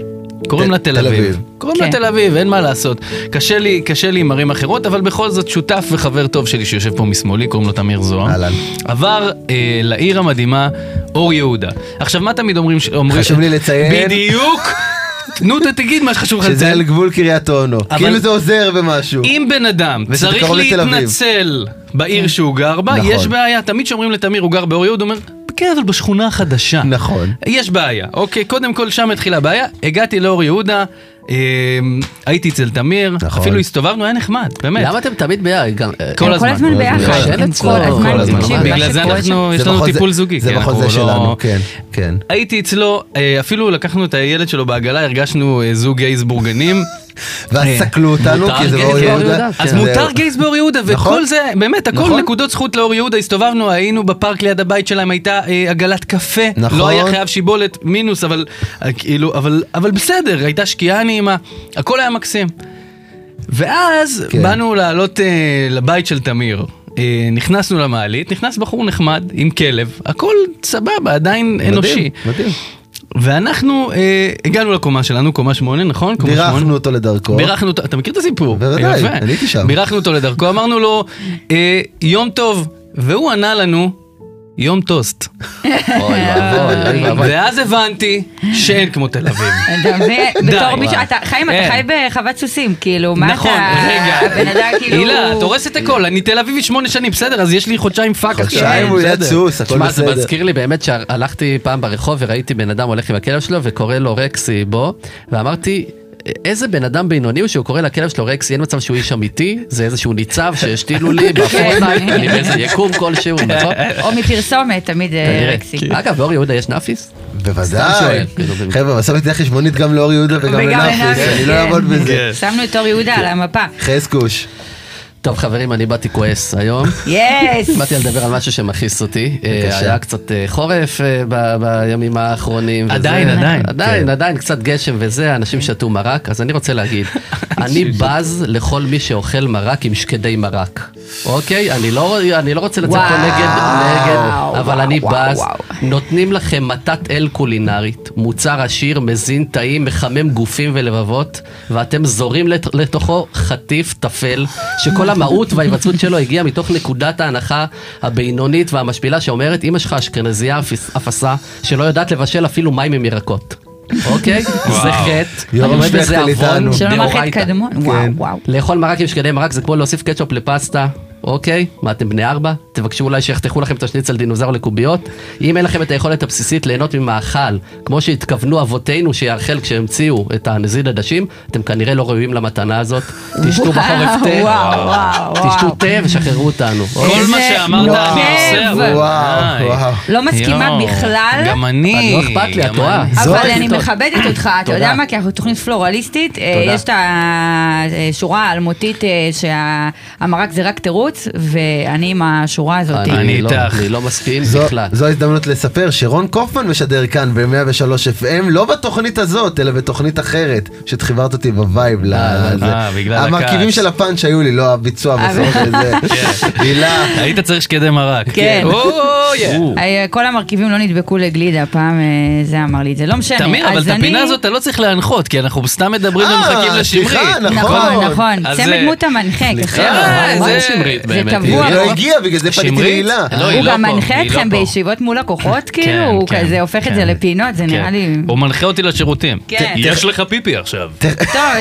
Speaker 4: קוראים
Speaker 2: ת-
Speaker 4: לה תל
Speaker 2: תל
Speaker 4: אביב.
Speaker 2: אביב.
Speaker 4: קוראים לה
Speaker 5: כן.
Speaker 4: תל אביב, אין מה לעשות. קשה לי, קשה לי עם ערים אחרות, אבל בכל זאת שותף וחבר טוב שלי שיושב פה משמאלי, קוראים לו תמיר זוהר.
Speaker 2: אהלן.
Speaker 4: עבר אה, לעיר המדהימה אור יהודה. עכשיו, מה תמיד אומרים? ש- אומרים
Speaker 2: חשוב לי לציין.
Speaker 4: בדיוק. נו, ת- תגיד מה שחשוב לך
Speaker 2: שזה על גבול קריית אונו.
Speaker 4: אבל-
Speaker 2: כאילו זה עוזר במשהו.
Speaker 4: אם בן אדם
Speaker 2: וזה
Speaker 4: צריך
Speaker 2: קרוב לתל אביב.
Speaker 4: להתנצל בעיר שהוא גר בה,
Speaker 2: נכון.
Speaker 4: יש בעיה. תמיד כשאומרים לתמיר, הוא גר באור יהוד, הוא אומר, כן, אבל בשכונה החדשה.
Speaker 2: נכון.
Speaker 4: יש בעיה. אוקיי, קודם כל שם התחילה הבעיה. הגעתי לאור יהודה, אה, הייתי אצל תמיר,
Speaker 2: נכון.
Speaker 4: אפילו הסתובבנו, היה נחמד, באמת.
Speaker 1: למה אתם תמיד ביחד? גם- אה,
Speaker 4: כל
Speaker 5: הם כל
Speaker 4: הזמן.
Speaker 5: הזמן ביחד.
Speaker 1: שלט
Speaker 5: הם
Speaker 1: צהוב.
Speaker 5: כל הזמן,
Speaker 1: כל הזמן.
Speaker 5: תקשיב,
Speaker 4: בגלל
Speaker 5: מה
Speaker 4: זה
Speaker 5: שקורה
Speaker 4: אנחנו,
Speaker 5: שם-
Speaker 4: יש
Speaker 2: זה
Speaker 4: לנו
Speaker 2: בחוזה-
Speaker 4: טיפול זוגי.
Speaker 2: זה
Speaker 4: כי אנחנו
Speaker 2: בחוזה
Speaker 4: לא-
Speaker 2: שלנו, כן, כן.
Speaker 4: הייתי אצלו, אה, אפילו לקחנו את הילד שלו בעגלה, הרגשנו אה, זוג גייז בורגנים.
Speaker 2: ואז סקלו אותנו,
Speaker 1: מותר
Speaker 2: כי זה
Speaker 1: כן,
Speaker 2: באור
Speaker 1: זה באור
Speaker 2: יהודה.
Speaker 1: יהודה,
Speaker 4: אז
Speaker 2: כן.
Speaker 4: מותר גייז באור יהודה, וכל
Speaker 2: נכון.
Speaker 4: זה, באמת, הכל
Speaker 2: נכון.
Speaker 4: נקודות זכות לאור יהודה, הסתובבנו, היינו בפארק ליד הבית שלהם, הייתה אה, עגלת קפה,
Speaker 2: נכון.
Speaker 4: לא היה חייב שיבולת, מינוס, אבל אה, כאילו, אבל- אבל בסדר, הייתה שקיעה נעימה, הכל היה מקסים. ואז
Speaker 2: כן.
Speaker 4: באנו לעלות אה, לבית של תמיר. אה, נכנסנו למעלית, נכנס בחור נחמד עם כלב, הכל סבבה, עדיין אנושי.
Speaker 2: מדהים, מדהים.
Speaker 4: ואנחנו אה, הגענו לקומה שלנו, קומה שמונה, נכון? קומה שמונה.
Speaker 2: בירכנו אותו לדרכו.
Speaker 4: בירכנו אותו, אתה מכיר את הסיפור?
Speaker 2: בוודאי,
Speaker 4: יפה.
Speaker 2: אני הייתי שם.
Speaker 4: בירכנו אותו לדרכו, אמרנו לו, אה, יום טוב, והוא ענה לנו, יום טוסט.
Speaker 1: אוי ואבוי,
Speaker 2: כן,
Speaker 1: אוי ואבוי.
Speaker 4: ואז הבנתי שאין כמו תל אביב.
Speaker 5: אתה מבין?
Speaker 4: די.
Speaker 5: בתור מישהו, אתה, חיים, אתה
Speaker 4: אין.
Speaker 5: חי בחוות סוסים, כאילו, <laughs> מה אתה...
Speaker 4: נכון, רגע.
Speaker 5: הבן אדם כאילו...
Speaker 4: הילה, את הורסת הכל, אני תל אביבית שמונה שנים, בסדר, אז יש לי חודשיים פאק עכשיו.
Speaker 2: חודשיים הוא יד
Speaker 4: אוקיי. בסדר.
Speaker 2: סוס, הכל
Speaker 1: תשמע, זה
Speaker 2: לא בסדר.
Speaker 1: מזכיר לי באמת שהלכתי פעם ברחוב וראיתי בן אדם הולך עם הכלב שלו וקורא לו רקסי בו, ואמרתי... איזה בן אדם בינוני הוא שהוא קורא לכלב שלו רקסי, אין מצב שהוא איש אמיתי, זה איזשהו ניצב שהשתילו לי בפורטנייט, אני באיזה יקום כלשהו, נכון?
Speaker 5: או מפרסומת, תמיד אה,
Speaker 1: כנראה.
Speaker 4: כן.
Speaker 5: רקסי.
Speaker 1: אגב, באור יהודה יש נאפיס? סתם
Speaker 2: בוודאי.
Speaker 1: שואל, כאילו, באמת.
Speaker 2: חבר'ה, בסוף תלך חשבונית גם לאור יהודה וגם
Speaker 5: אוקיי, וגם
Speaker 2: לנאפיס,
Speaker 5: לנאפיס,
Speaker 2: אני לא
Speaker 5: כן.
Speaker 2: אעמוד בזה.
Speaker 5: שמנו את אור יהודה
Speaker 4: כן.
Speaker 5: על
Speaker 4: <laughs>
Speaker 5: המפה.
Speaker 2: חזקוש.
Speaker 1: טוב חברים, אני באתי כועס היום.
Speaker 5: יס!
Speaker 1: באתי לדבר על משהו שמכעיס אותי, אה,
Speaker 2: בבקשה.
Speaker 1: היה קצת אה, חורף אה, ב- בימים האחרונים. וזה-
Speaker 4: עדיין, עדיין. כן.
Speaker 1: עדיין, עדיין, קצת גשם וזה, אנשים שתו מרק, אז אני רוצה
Speaker 4: <laughs>
Speaker 1: להגיד, אני בז לכל מי שאוכל מרק עם שקדי מרק, אוקיי? אני לא אני לא רוצה לצאת פה
Speaker 5: וואו,
Speaker 1: נגד, נגד, אבל
Speaker 5: וואו,
Speaker 1: אני
Speaker 5: וואו,
Speaker 1: בז.
Speaker 5: וואו.
Speaker 1: נותנים לכם מתת אל קולינרית, מוצר עשיר, מזין טעים, מחמם גופים ולבבות, ואתם זורים לת- לתוכו חטיף טפל, שכל המהות וההיווצרות שלו הגיעה מתוך נקודת ההנחה הבינונית והמשפילה שאומרת, אמא שלך אשכנזייה אפס- אפסה, שלא יודעת לבשל אפילו מים עם ירקות. אוקיי? זה חטא,
Speaker 2: יורם
Speaker 1: אני רואה
Speaker 2: שפכטל
Speaker 1: בזה עוון
Speaker 2: איתנו. כן.
Speaker 5: שלא נאמר לך את
Speaker 1: דאורייתא.
Speaker 5: קדמון, וואו, וואו.
Speaker 1: לאכול מרק עם שקדי מרק זה כמו להוסיף קטשופ לפסטה, אוקיי? מה, אתם בני ארבע? תבקשו אולי שיחתכו לכם את השניצל דינוזאור לקוביות? אם אין לכם את היכולת הבסיסית ליהנות ממאכל, כמו שהתכוונו אבותינו שיאכל כשהמציאו את הנזיד עדשים, אתם כנראה לא ראויים למתנה
Speaker 5: <laughs>
Speaker 1: הזאת. תשתו בחורף תה,
Speaker 5: וואו, וואו, וואו.
Speaker 1: תשתו תה ושחררו אותנו.
Speaker 4: כל
Speaker 5: איזה
Speaker 4: מה שאמרת אני
Speaker 5: נוקב.
Speaker 4: עושה.
Speaker 2: וואו,
Speaker 4: וואי.
Speaker 2: וואו.
Speaker 5: לא מסכימה
Speaker 4: יואו,
Speaker 5: בכלל.
Speaker 4: גם אני.
Speaker 1: לא אכפת לי,
Speaker 4: גם
Speaker 1: את טועה.
Speaker 4: אני.
Speaker 2: זו
Speaker 5: אבל אני
Speaker 1: השיטות.
Speaker 5: מכבדת אותך, אתה יודע
Speaker 1: תודה.
Speaker 5: מה? כי אנחנו תוכנית פלורליסטית, אה,
Speaker 1: תודה.
Speaker 5: יש את השורה האלמותית אה, שהמרק זה רק תירוץ, ואני עם השורה הזאת.
Speaker 4: אני
Speaker 1: לא-
Speaker 4: איתך.
Speaker 1: אני לא מסכים
Speaker 2: זו-
Speaker 1: בכלל.
Speaker 2: זו ההזדמנות לספר שרון קופמן משדר כאן ב-103 FM, לא בתוכנית הזאת, אלא בתוכנית אחרת, שאת חיברת אותי בווייב ל...
Speaker 4: אה,
Speaker 2: לזה.
Speaker 4: אה, בגלל
Speaker 2: המרכיבים
Speaker 4: הכעס. כן.
Speaker 2: של הפאנץ' היו לי, לא הביצוע
Speaker 5: אה,
Speaker 2: בסוף של זה. <laughs> הילה.
Speaker 4: היית צריך שקדי מרק. Oh,
Speaker 5: כן.
Speaker 4: או,
Speaker 2: <laughs>
Speaker 4: יא.
Speaker 5: אה, כל המרכיבים לא נדבקו לגלידה, פעם אה, זה אמר לי את זה, לא משנה.
Speaker 4: תמיר, אבל
Speaker 5: אז
Speaker 4: את הפינה
Speaker 5: אני-
Speaker 4: הזאת אתה לא צריך להנחות, כי אנחנו סתם מדברים
Speaker 2: אה,
Speaker 4: ומחכים לשמרית.
Speaker 2: סליחה, נכון.
Speaker 5: נכון, נכון,
Speaker 4: אז,
Speaker 5: צמד
Speaker 4: אה,
Speaker 5: מות המנחה, ככה.
Speaker 4: אה,
Speaker 5: נכון.
Speaker 4: זה-
Speaker 5: זה
Speaker 1: באמת.
Speaker 5: טבוע.
Speaker 2: היא
Speaker 5: הוא
Speaker 2: לא
Speaker 5: אמר-
Speaker 2: הגיעה, בגלל זה פניתי
Speaker 4: שמרית?
Speaker 2: להילה.
Speaker 4: לא, היא
Speaker 5: הוא
Speaker 4: לא
Speaker 5: גם
Speaker 4: פה,
Speaker 5: מנחה
Speaker 4: היא לא
Speaker 5: אתכם
Speaker 4: פה.
Speaker 5: בישיבות מול לקוחות, כאילו, הוא
Speaker 4: כן,
Speaker 5: כזה הופך את זה
Speaker 4: כן.
Speaker 5: לפינות, זה נראה
Speaker 4: כן.
Speaker 5: לי...
Speaker 4: הוא מנחה אותי לשירותים.
Speaker 5: כן.
Speaker 4: יש לך פיפי עכשיו.
Speaker 5: טוב,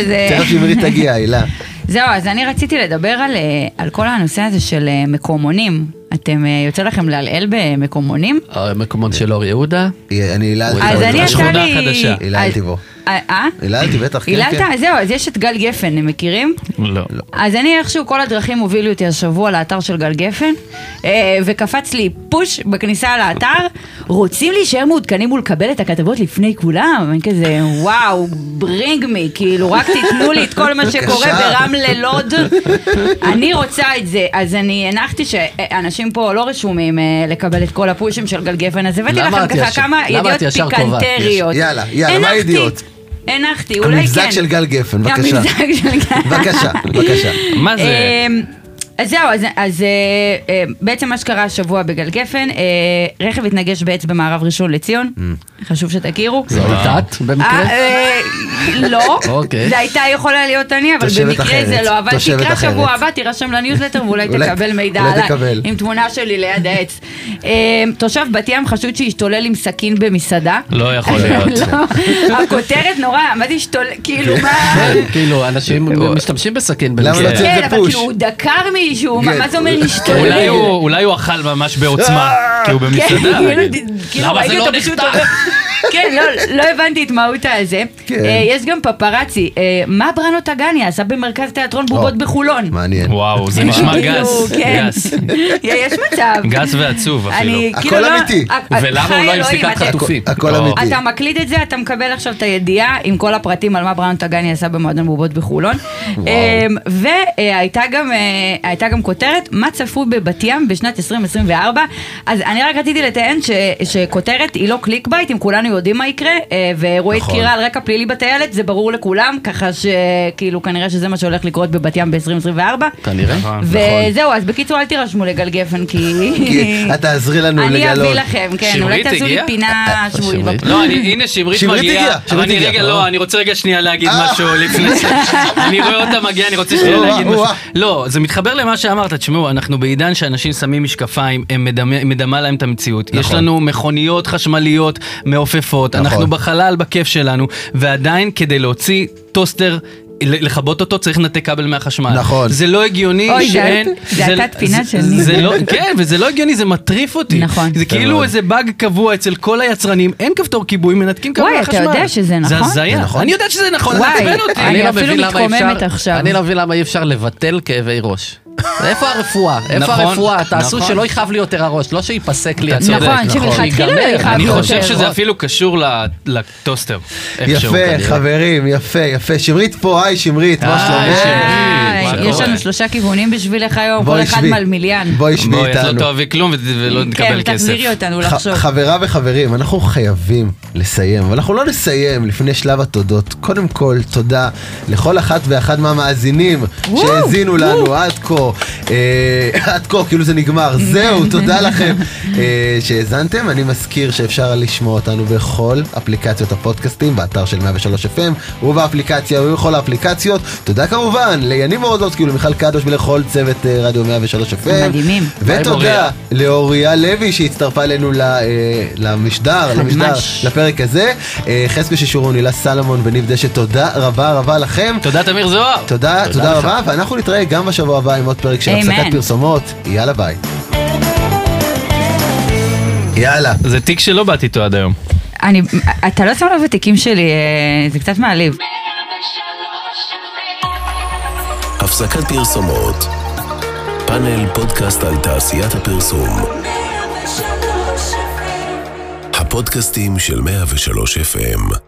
Speaker 5: זה...
Speaker 2: תכף שמרית תגיע, הילה.
Speaker 5: זהו, אז אני רציתי לדבר על, אה, על כל הנושא הזה של אה, מקומונים. אתם, אה, יוצא לכם לעלעל במקומונים?
Speaker 1: המקומון של אור יהודה,
Speaker 2: היא- אני היללתי.
Speaker 5: אז אני
Speaker 4: שכונה
Speaker 5: יצא לי...
Speaker 4: חדשה.
Speaker 2: היללתי בו.
Speaker 5: אה? אה?
Speaker 2: היללתי, בטח, כן,
Speaker 5: היללת?
Speaker 2: כן.
Speaker 5: זהו, אז יש את גל גפן, אתם מכירים?
Speaker 4: לא.
Speaker 5: אז אני איכשהו, כל הדרכים הובילו אותי השבוע לאתר של גל גפן, אה, וקפץ לי פוש בכניסה לאתר, רוצים להישאר מעודכנים ולקבל את הכתבות לפני כולם? אני כזה, וואו, ברינג מי, כאילו, רק תיתנו לי את כל מה שקורה
Speaker 2: בבקשה.
Speaker 5: ברמלה לוד. אני רוצה את זה, אז אני הנחתי שאנשים פה לא רשומים אה, לקבל את כל הפושים של גל גפן, אז הבאתי
Speaker 1: למה
Speaker 5: לכם
Speaker 1: את
Speaker 5: ככה
Speaker 1: ישר-
Speaker 5: כמה
Speaker 1: למה את
Speaker 5: ידיעות
Speaker 1: ישר קובעת?
Speaker 5: פיקנטריות.
Speaker 2: יש- יאללה, יאללה, מה
Speaker 5: הנחתי,
Speaker 2: הידיעות?
Speaker 5: הנחתי, אולי כן.
Speaker 2: המבזק של גל גפן, בבקשה.
Speaker 5: המבזק של גל
Speaker 2: בבקשה, בבקשה.
Speaker 4: מה זה?
Speaker 5: אמ, אז זהו, אז, אז אה, אה, בעצם מה שקרה השבוע בגל גפן, אה, רכב התנגש בעץ במערב ראשון לציון,
Speaker 2: Mm.
Speaker 5: חשוב שתכירו.
Speaker 1: זה הייתת
Speaker 5: אה,
Speaker 1: במקרה?
Speaker 5: אה, לא,
Speaker 1: אוקיי.
Speaker 5: זה הייתה יכולה להיות אני, אבל
Speaker 2: תושבת
Speaker 5: במקרה
Speaker 2: אחרת,
Speaker 5: זה לא, אבל
Speaker 2: תושבת
Speaker 5: תקרא
Speaker 2: אחרת.
Speaker 5: שבוע הבא, תירשם לניוזלטר ואולי
Speaker 2: אולי-
Speaker 5: תקבל מידע
Speaker 2: אולי
Speaker 5: עליי,
Speaker 2: תקבל.
Speaker 5: עם תמונה שלי ליד העץ. אה, תושב בת ים חשוד שהשתולל עם סכין במסעדה.
Speaker 4: לא
Speaker 5: <laughs>
Speaker 4: יכול להיות.
Speaker 5: לא, הכותרת נורא, מה זה השתולל, כאילו מה...
Speaker 1: כן, כאילו, אנשים משתמשים בסכין
Speaker 2: אה, למה לא
Speaker 1: במקרה.
Speaker 2: צריך-
Speaker 5: כן,
Speaker 2: זה
Speaker 5: אבל
Speaker 2: פוש.
Speaker 5: כאילו הוא דקר מישהו, מה
Speaker 2: כן.
Speaker 5: מה זה אומר להשתולל?
Speaker 4: אולי הוא- אולי הוא אכל ממש בעוצמה,
Speaker 2: אה!
Speaker 4: כי הוא
Speaker 5: כן,
Speaker 4: במסעדה.
Speaker 5: כאילו, כאילו
Speaker 4: למה זה
Speaker 5: ראיתי
Speaker 4: לא
Speaker 5: אותו פשוט
Speaker 4: נחתם?
Speaker 5: עובר. כן, לא- לא הבנתי את מהות הזה.
Speaker 2: כן.
Speaker 5: אה, יש גם פפרצי, אה, מה בראנו טגני עשה במרכז תיאטרון בובות
Speaker 2: או.
Speaker 5: בחולון?
Speaker 2: מעניין.
Speaker 5: <laughs>
Speaker 4: וואו, זה נשמע
Speaker 5: כאילו,
Speaker 4: גס.
Speaker 5: כן. <laughs>
Speaker 4: גס.
Speaker 5: יש מצב.
Speaker 4: גס ועצוב אפילו.
Speaker 5: אני
Speaker 2: הכל
Speaker 5: כאילו לא...
Speaker 2: אמיתי.
Speaker 5: ה-
Speaker 4: ולמה הוא
Speaker 5: חי
Speaker 4: לא עם
Speaker 5: אלוהים,
Speaker 4: סיכת
Speaker 5: אתה-
Speaker 4: חטופים?
Speaker 2: הכל
Speaker 4: לא.
Speaker 2: אמיתי.
Speaker 5: אתה מקליד את זה, אתה מקבל עכשיו את הידיעה עם כל הפרטים על מה בראון טגני עשה במועדון בובות בחולון. אמ, והייתה גם, אה, הייתה גם כותרת, מה צפוי בבת ים בשנת 2024. אז אני רק רציתי לטען ש- שכותרת היא לא קליק בייט, אם כולנו כולנו יודעים מה יקרה, אה, ואירועי
Speaker 2: נכון.
Speaker 5: דקירה על רקע פלילי בטיילת, זה ברור לכולם, ככה שכאילו כנראה שזה מה שהולך לקרות בבת ים ב-2024.
Speaker 1: כנראה.
Speaker 4: נכון.
Speaker 5: וזהו, אז בקיצור, אל תירשמו לגל גפן, כי... <laughs>
Speaker 2: כי את תעזרי לנו
Speaker 5: אני
Speaker 2: לגלות.
Speaker 5: אביא לכם, כן, אולי
Speaker 4: שמרית
Speaker 5: תעשו לי
Speaker 4: הגיעה?
Speaker 5: פינה שבועית.
Speaker 1: שמרית.
Speaker 5: בפ-
Speaker 4: לא, אני- הנה שמרית
Speaker 2: שמרית
Speaker 4: מגיעה.
Speaker 2: הגיעה,
Speaker 4: אבל
Speaker 2: שמרית
Speaker 4: אני
Speaker 2: הגיעה.
Speaker 4: רגע, לא, אני רוצה רגע שנייה להגיד
Speaker 2: אה.
Speaker 4: משהו לפני ש...
Speaker 2: <laughs>
Speaker 4: אני רואה אותה מגיעה, אני רוצה שנייה
Speaker 2: או-אה,
Speaker 4: להגיד משהו.
Speaker 2: או-אה.
Speaker 4: לא, זה מתחבר למה שאמרת, תשמעו, אנחנו בעידן שאנשים שמים משקפיים, הם מדמה- מדמה להם את המציאות. יש
Speaker 2: נכון.
Speaker 4: לנו מכוניות חשמליות מעופפות, אנחנו בחלל, בכיף שלנו, ועדיין כדי להוציא טוסטר... ל- לכבות אותו צריך לנתק כבל מהחשמל.
Speaker 2: נכון.
Speaker 4: זה לא הגיוני
Speaker 5: אוי, זה
Speaker 4: שאין...
Speaker 5: היית- זה הייתה פינה
Speaker 4: זה-
Speaker 5: שלי.
Speaker 4: זה לא- כן, וזה לא הגיוני, זה מטריף אותי.
Speaker 5: נכון.
Speaker 4: זה
Speaker 2: כן,
Speaker 4: כאילו איזה באג קבוע אצל כל היצרנים, אין כפתור כיבוי, מנתקים כבל
Speaker 5: וואי,
Speaker 4: מהחשמל.
Speaker 5: אתה יודע שזה
Speaker 4: זה
Speaker 5: נכון?
Speaker 4: הזיה.
Speaker 2: זה נכון.
Speaker 4: אני יודעת שזה נכון, זה
Speaker 5: וואי.
Speaker 4: מעצבן אותי.
Speaker 5: אני
Speaker 1: לא
Speaker 5: אפילו
Speaker 1: מבין למה אי אפשר-
Speaker 5: מתקוממת עכשיו.
Speaker 1: אני לא מבין למה אי אפשר לבטל כאבי ראש. איפה הרפואה? איפה
Speaker 4: נכון,
Speaker 1: הרפואה? תעשו
Speaker 4: נכון.
Speaker 1: שלא יכאב לי יותר הראש, לא שייפסק לי
Speaker 4: צודק,
Speaker 5: נכון, שמלכתחילה לא
Speaker 1: ייגמר.
Speaker 5: יכאב
Speaker 4: אני
Speaker 5: יותר.
Speaker 4: חושב
Speaker 5: נכון.
Speaker 4: שזה אפילו קשור ל- לטוסטר. איכשהו,
Speaker 2: יפה,
Speaker 4: כנראה.
Speaker 2: חברים, יפה, יפה. שמרית פה, היי שמרית, מה
Speaker 4: היי,
Speaker 2: שלומך?
Speaker 4: שמרית.
Speaker 5: אה,
Speaker 4: אה, מה
Speaker 5: יש
Speaker 4: קורה?
Speaker 5: לנו שלושה כיוונים בשבילך היום, כל
Speaker 2: בואי
Speaker 5: אחד
Speaker 2: שבי.
Speaker 5: מלמיליאן.
Speaker 2: בואי שבי
Speaker 4: בואי, את לא
Speaker 2: איתנו.
Speaker 4: תאהבי כלום ו- ולא
Speaker 5: כן,
Speaker 4: תקבל לא כסף.
Speaker 5: תחזירי אותנו לא
Speaker 2: ח-
Speaker 5: לחשוב.
Speaker 2: חברה וחברים, אנחנו חייבים לסיים, אבל אנחנו לא נסיים לפני שלב התודות. קודם כל, תודה לכל אחת ואחד מהמאזינים
Speaker 5: וואו,
Speaker 2: שהאזינו לנו עד כה. אה, עד כה, כאילו זה
Speaker 5: <laughs>
Speaker 2: נגמר. זהו, תודה לכם אה, שהאזנתם. אני מזכיר שאפשר לשמוע אותנו בכל אפליקציות הפודקאסטים, באתר של 103 FM, ובאפליקציה ובכל האפליקציות. תודה כמובן ליניב מורדות, כאילו מיכל קדוש ולכל צוות אה, רדיו 103 FM.
Speaker 5: מדהימים.
Speaker 2: ותודה
Speaker 4: אוריה.
Speaker 2: לאוריה לוי שהצטרפה אלינו ל- אה, למשדר,
Speaker 5: ממש.
Speaker 2: למשדר, לפרק הזה. אה, חזקו ששורון, הילה סלומון וניב דשא, תודה רבה רבה לכם.
Speaker 4: תודה, תמיר זוהר.
Speaker 2: תודה, תודה רבה, ואנחנו נתראה גם בשבוע הבא עם עוד פרק של
Speaker 5: Amen.
Speaker 2: הפסקת פרסומות. יאללה ביי. יאללה.
Speaker 4: זה תיק שלא באתי איתו עד היום.
Speaker 5: אני, אתה לא שם לב לתיקים שלי, אה, זה קצת מעליב.
Speaker 3: הפסקת פרסומות. פאנל פודקאסט על תעשיית הפרסום. הפודקאסטים של 103 FM.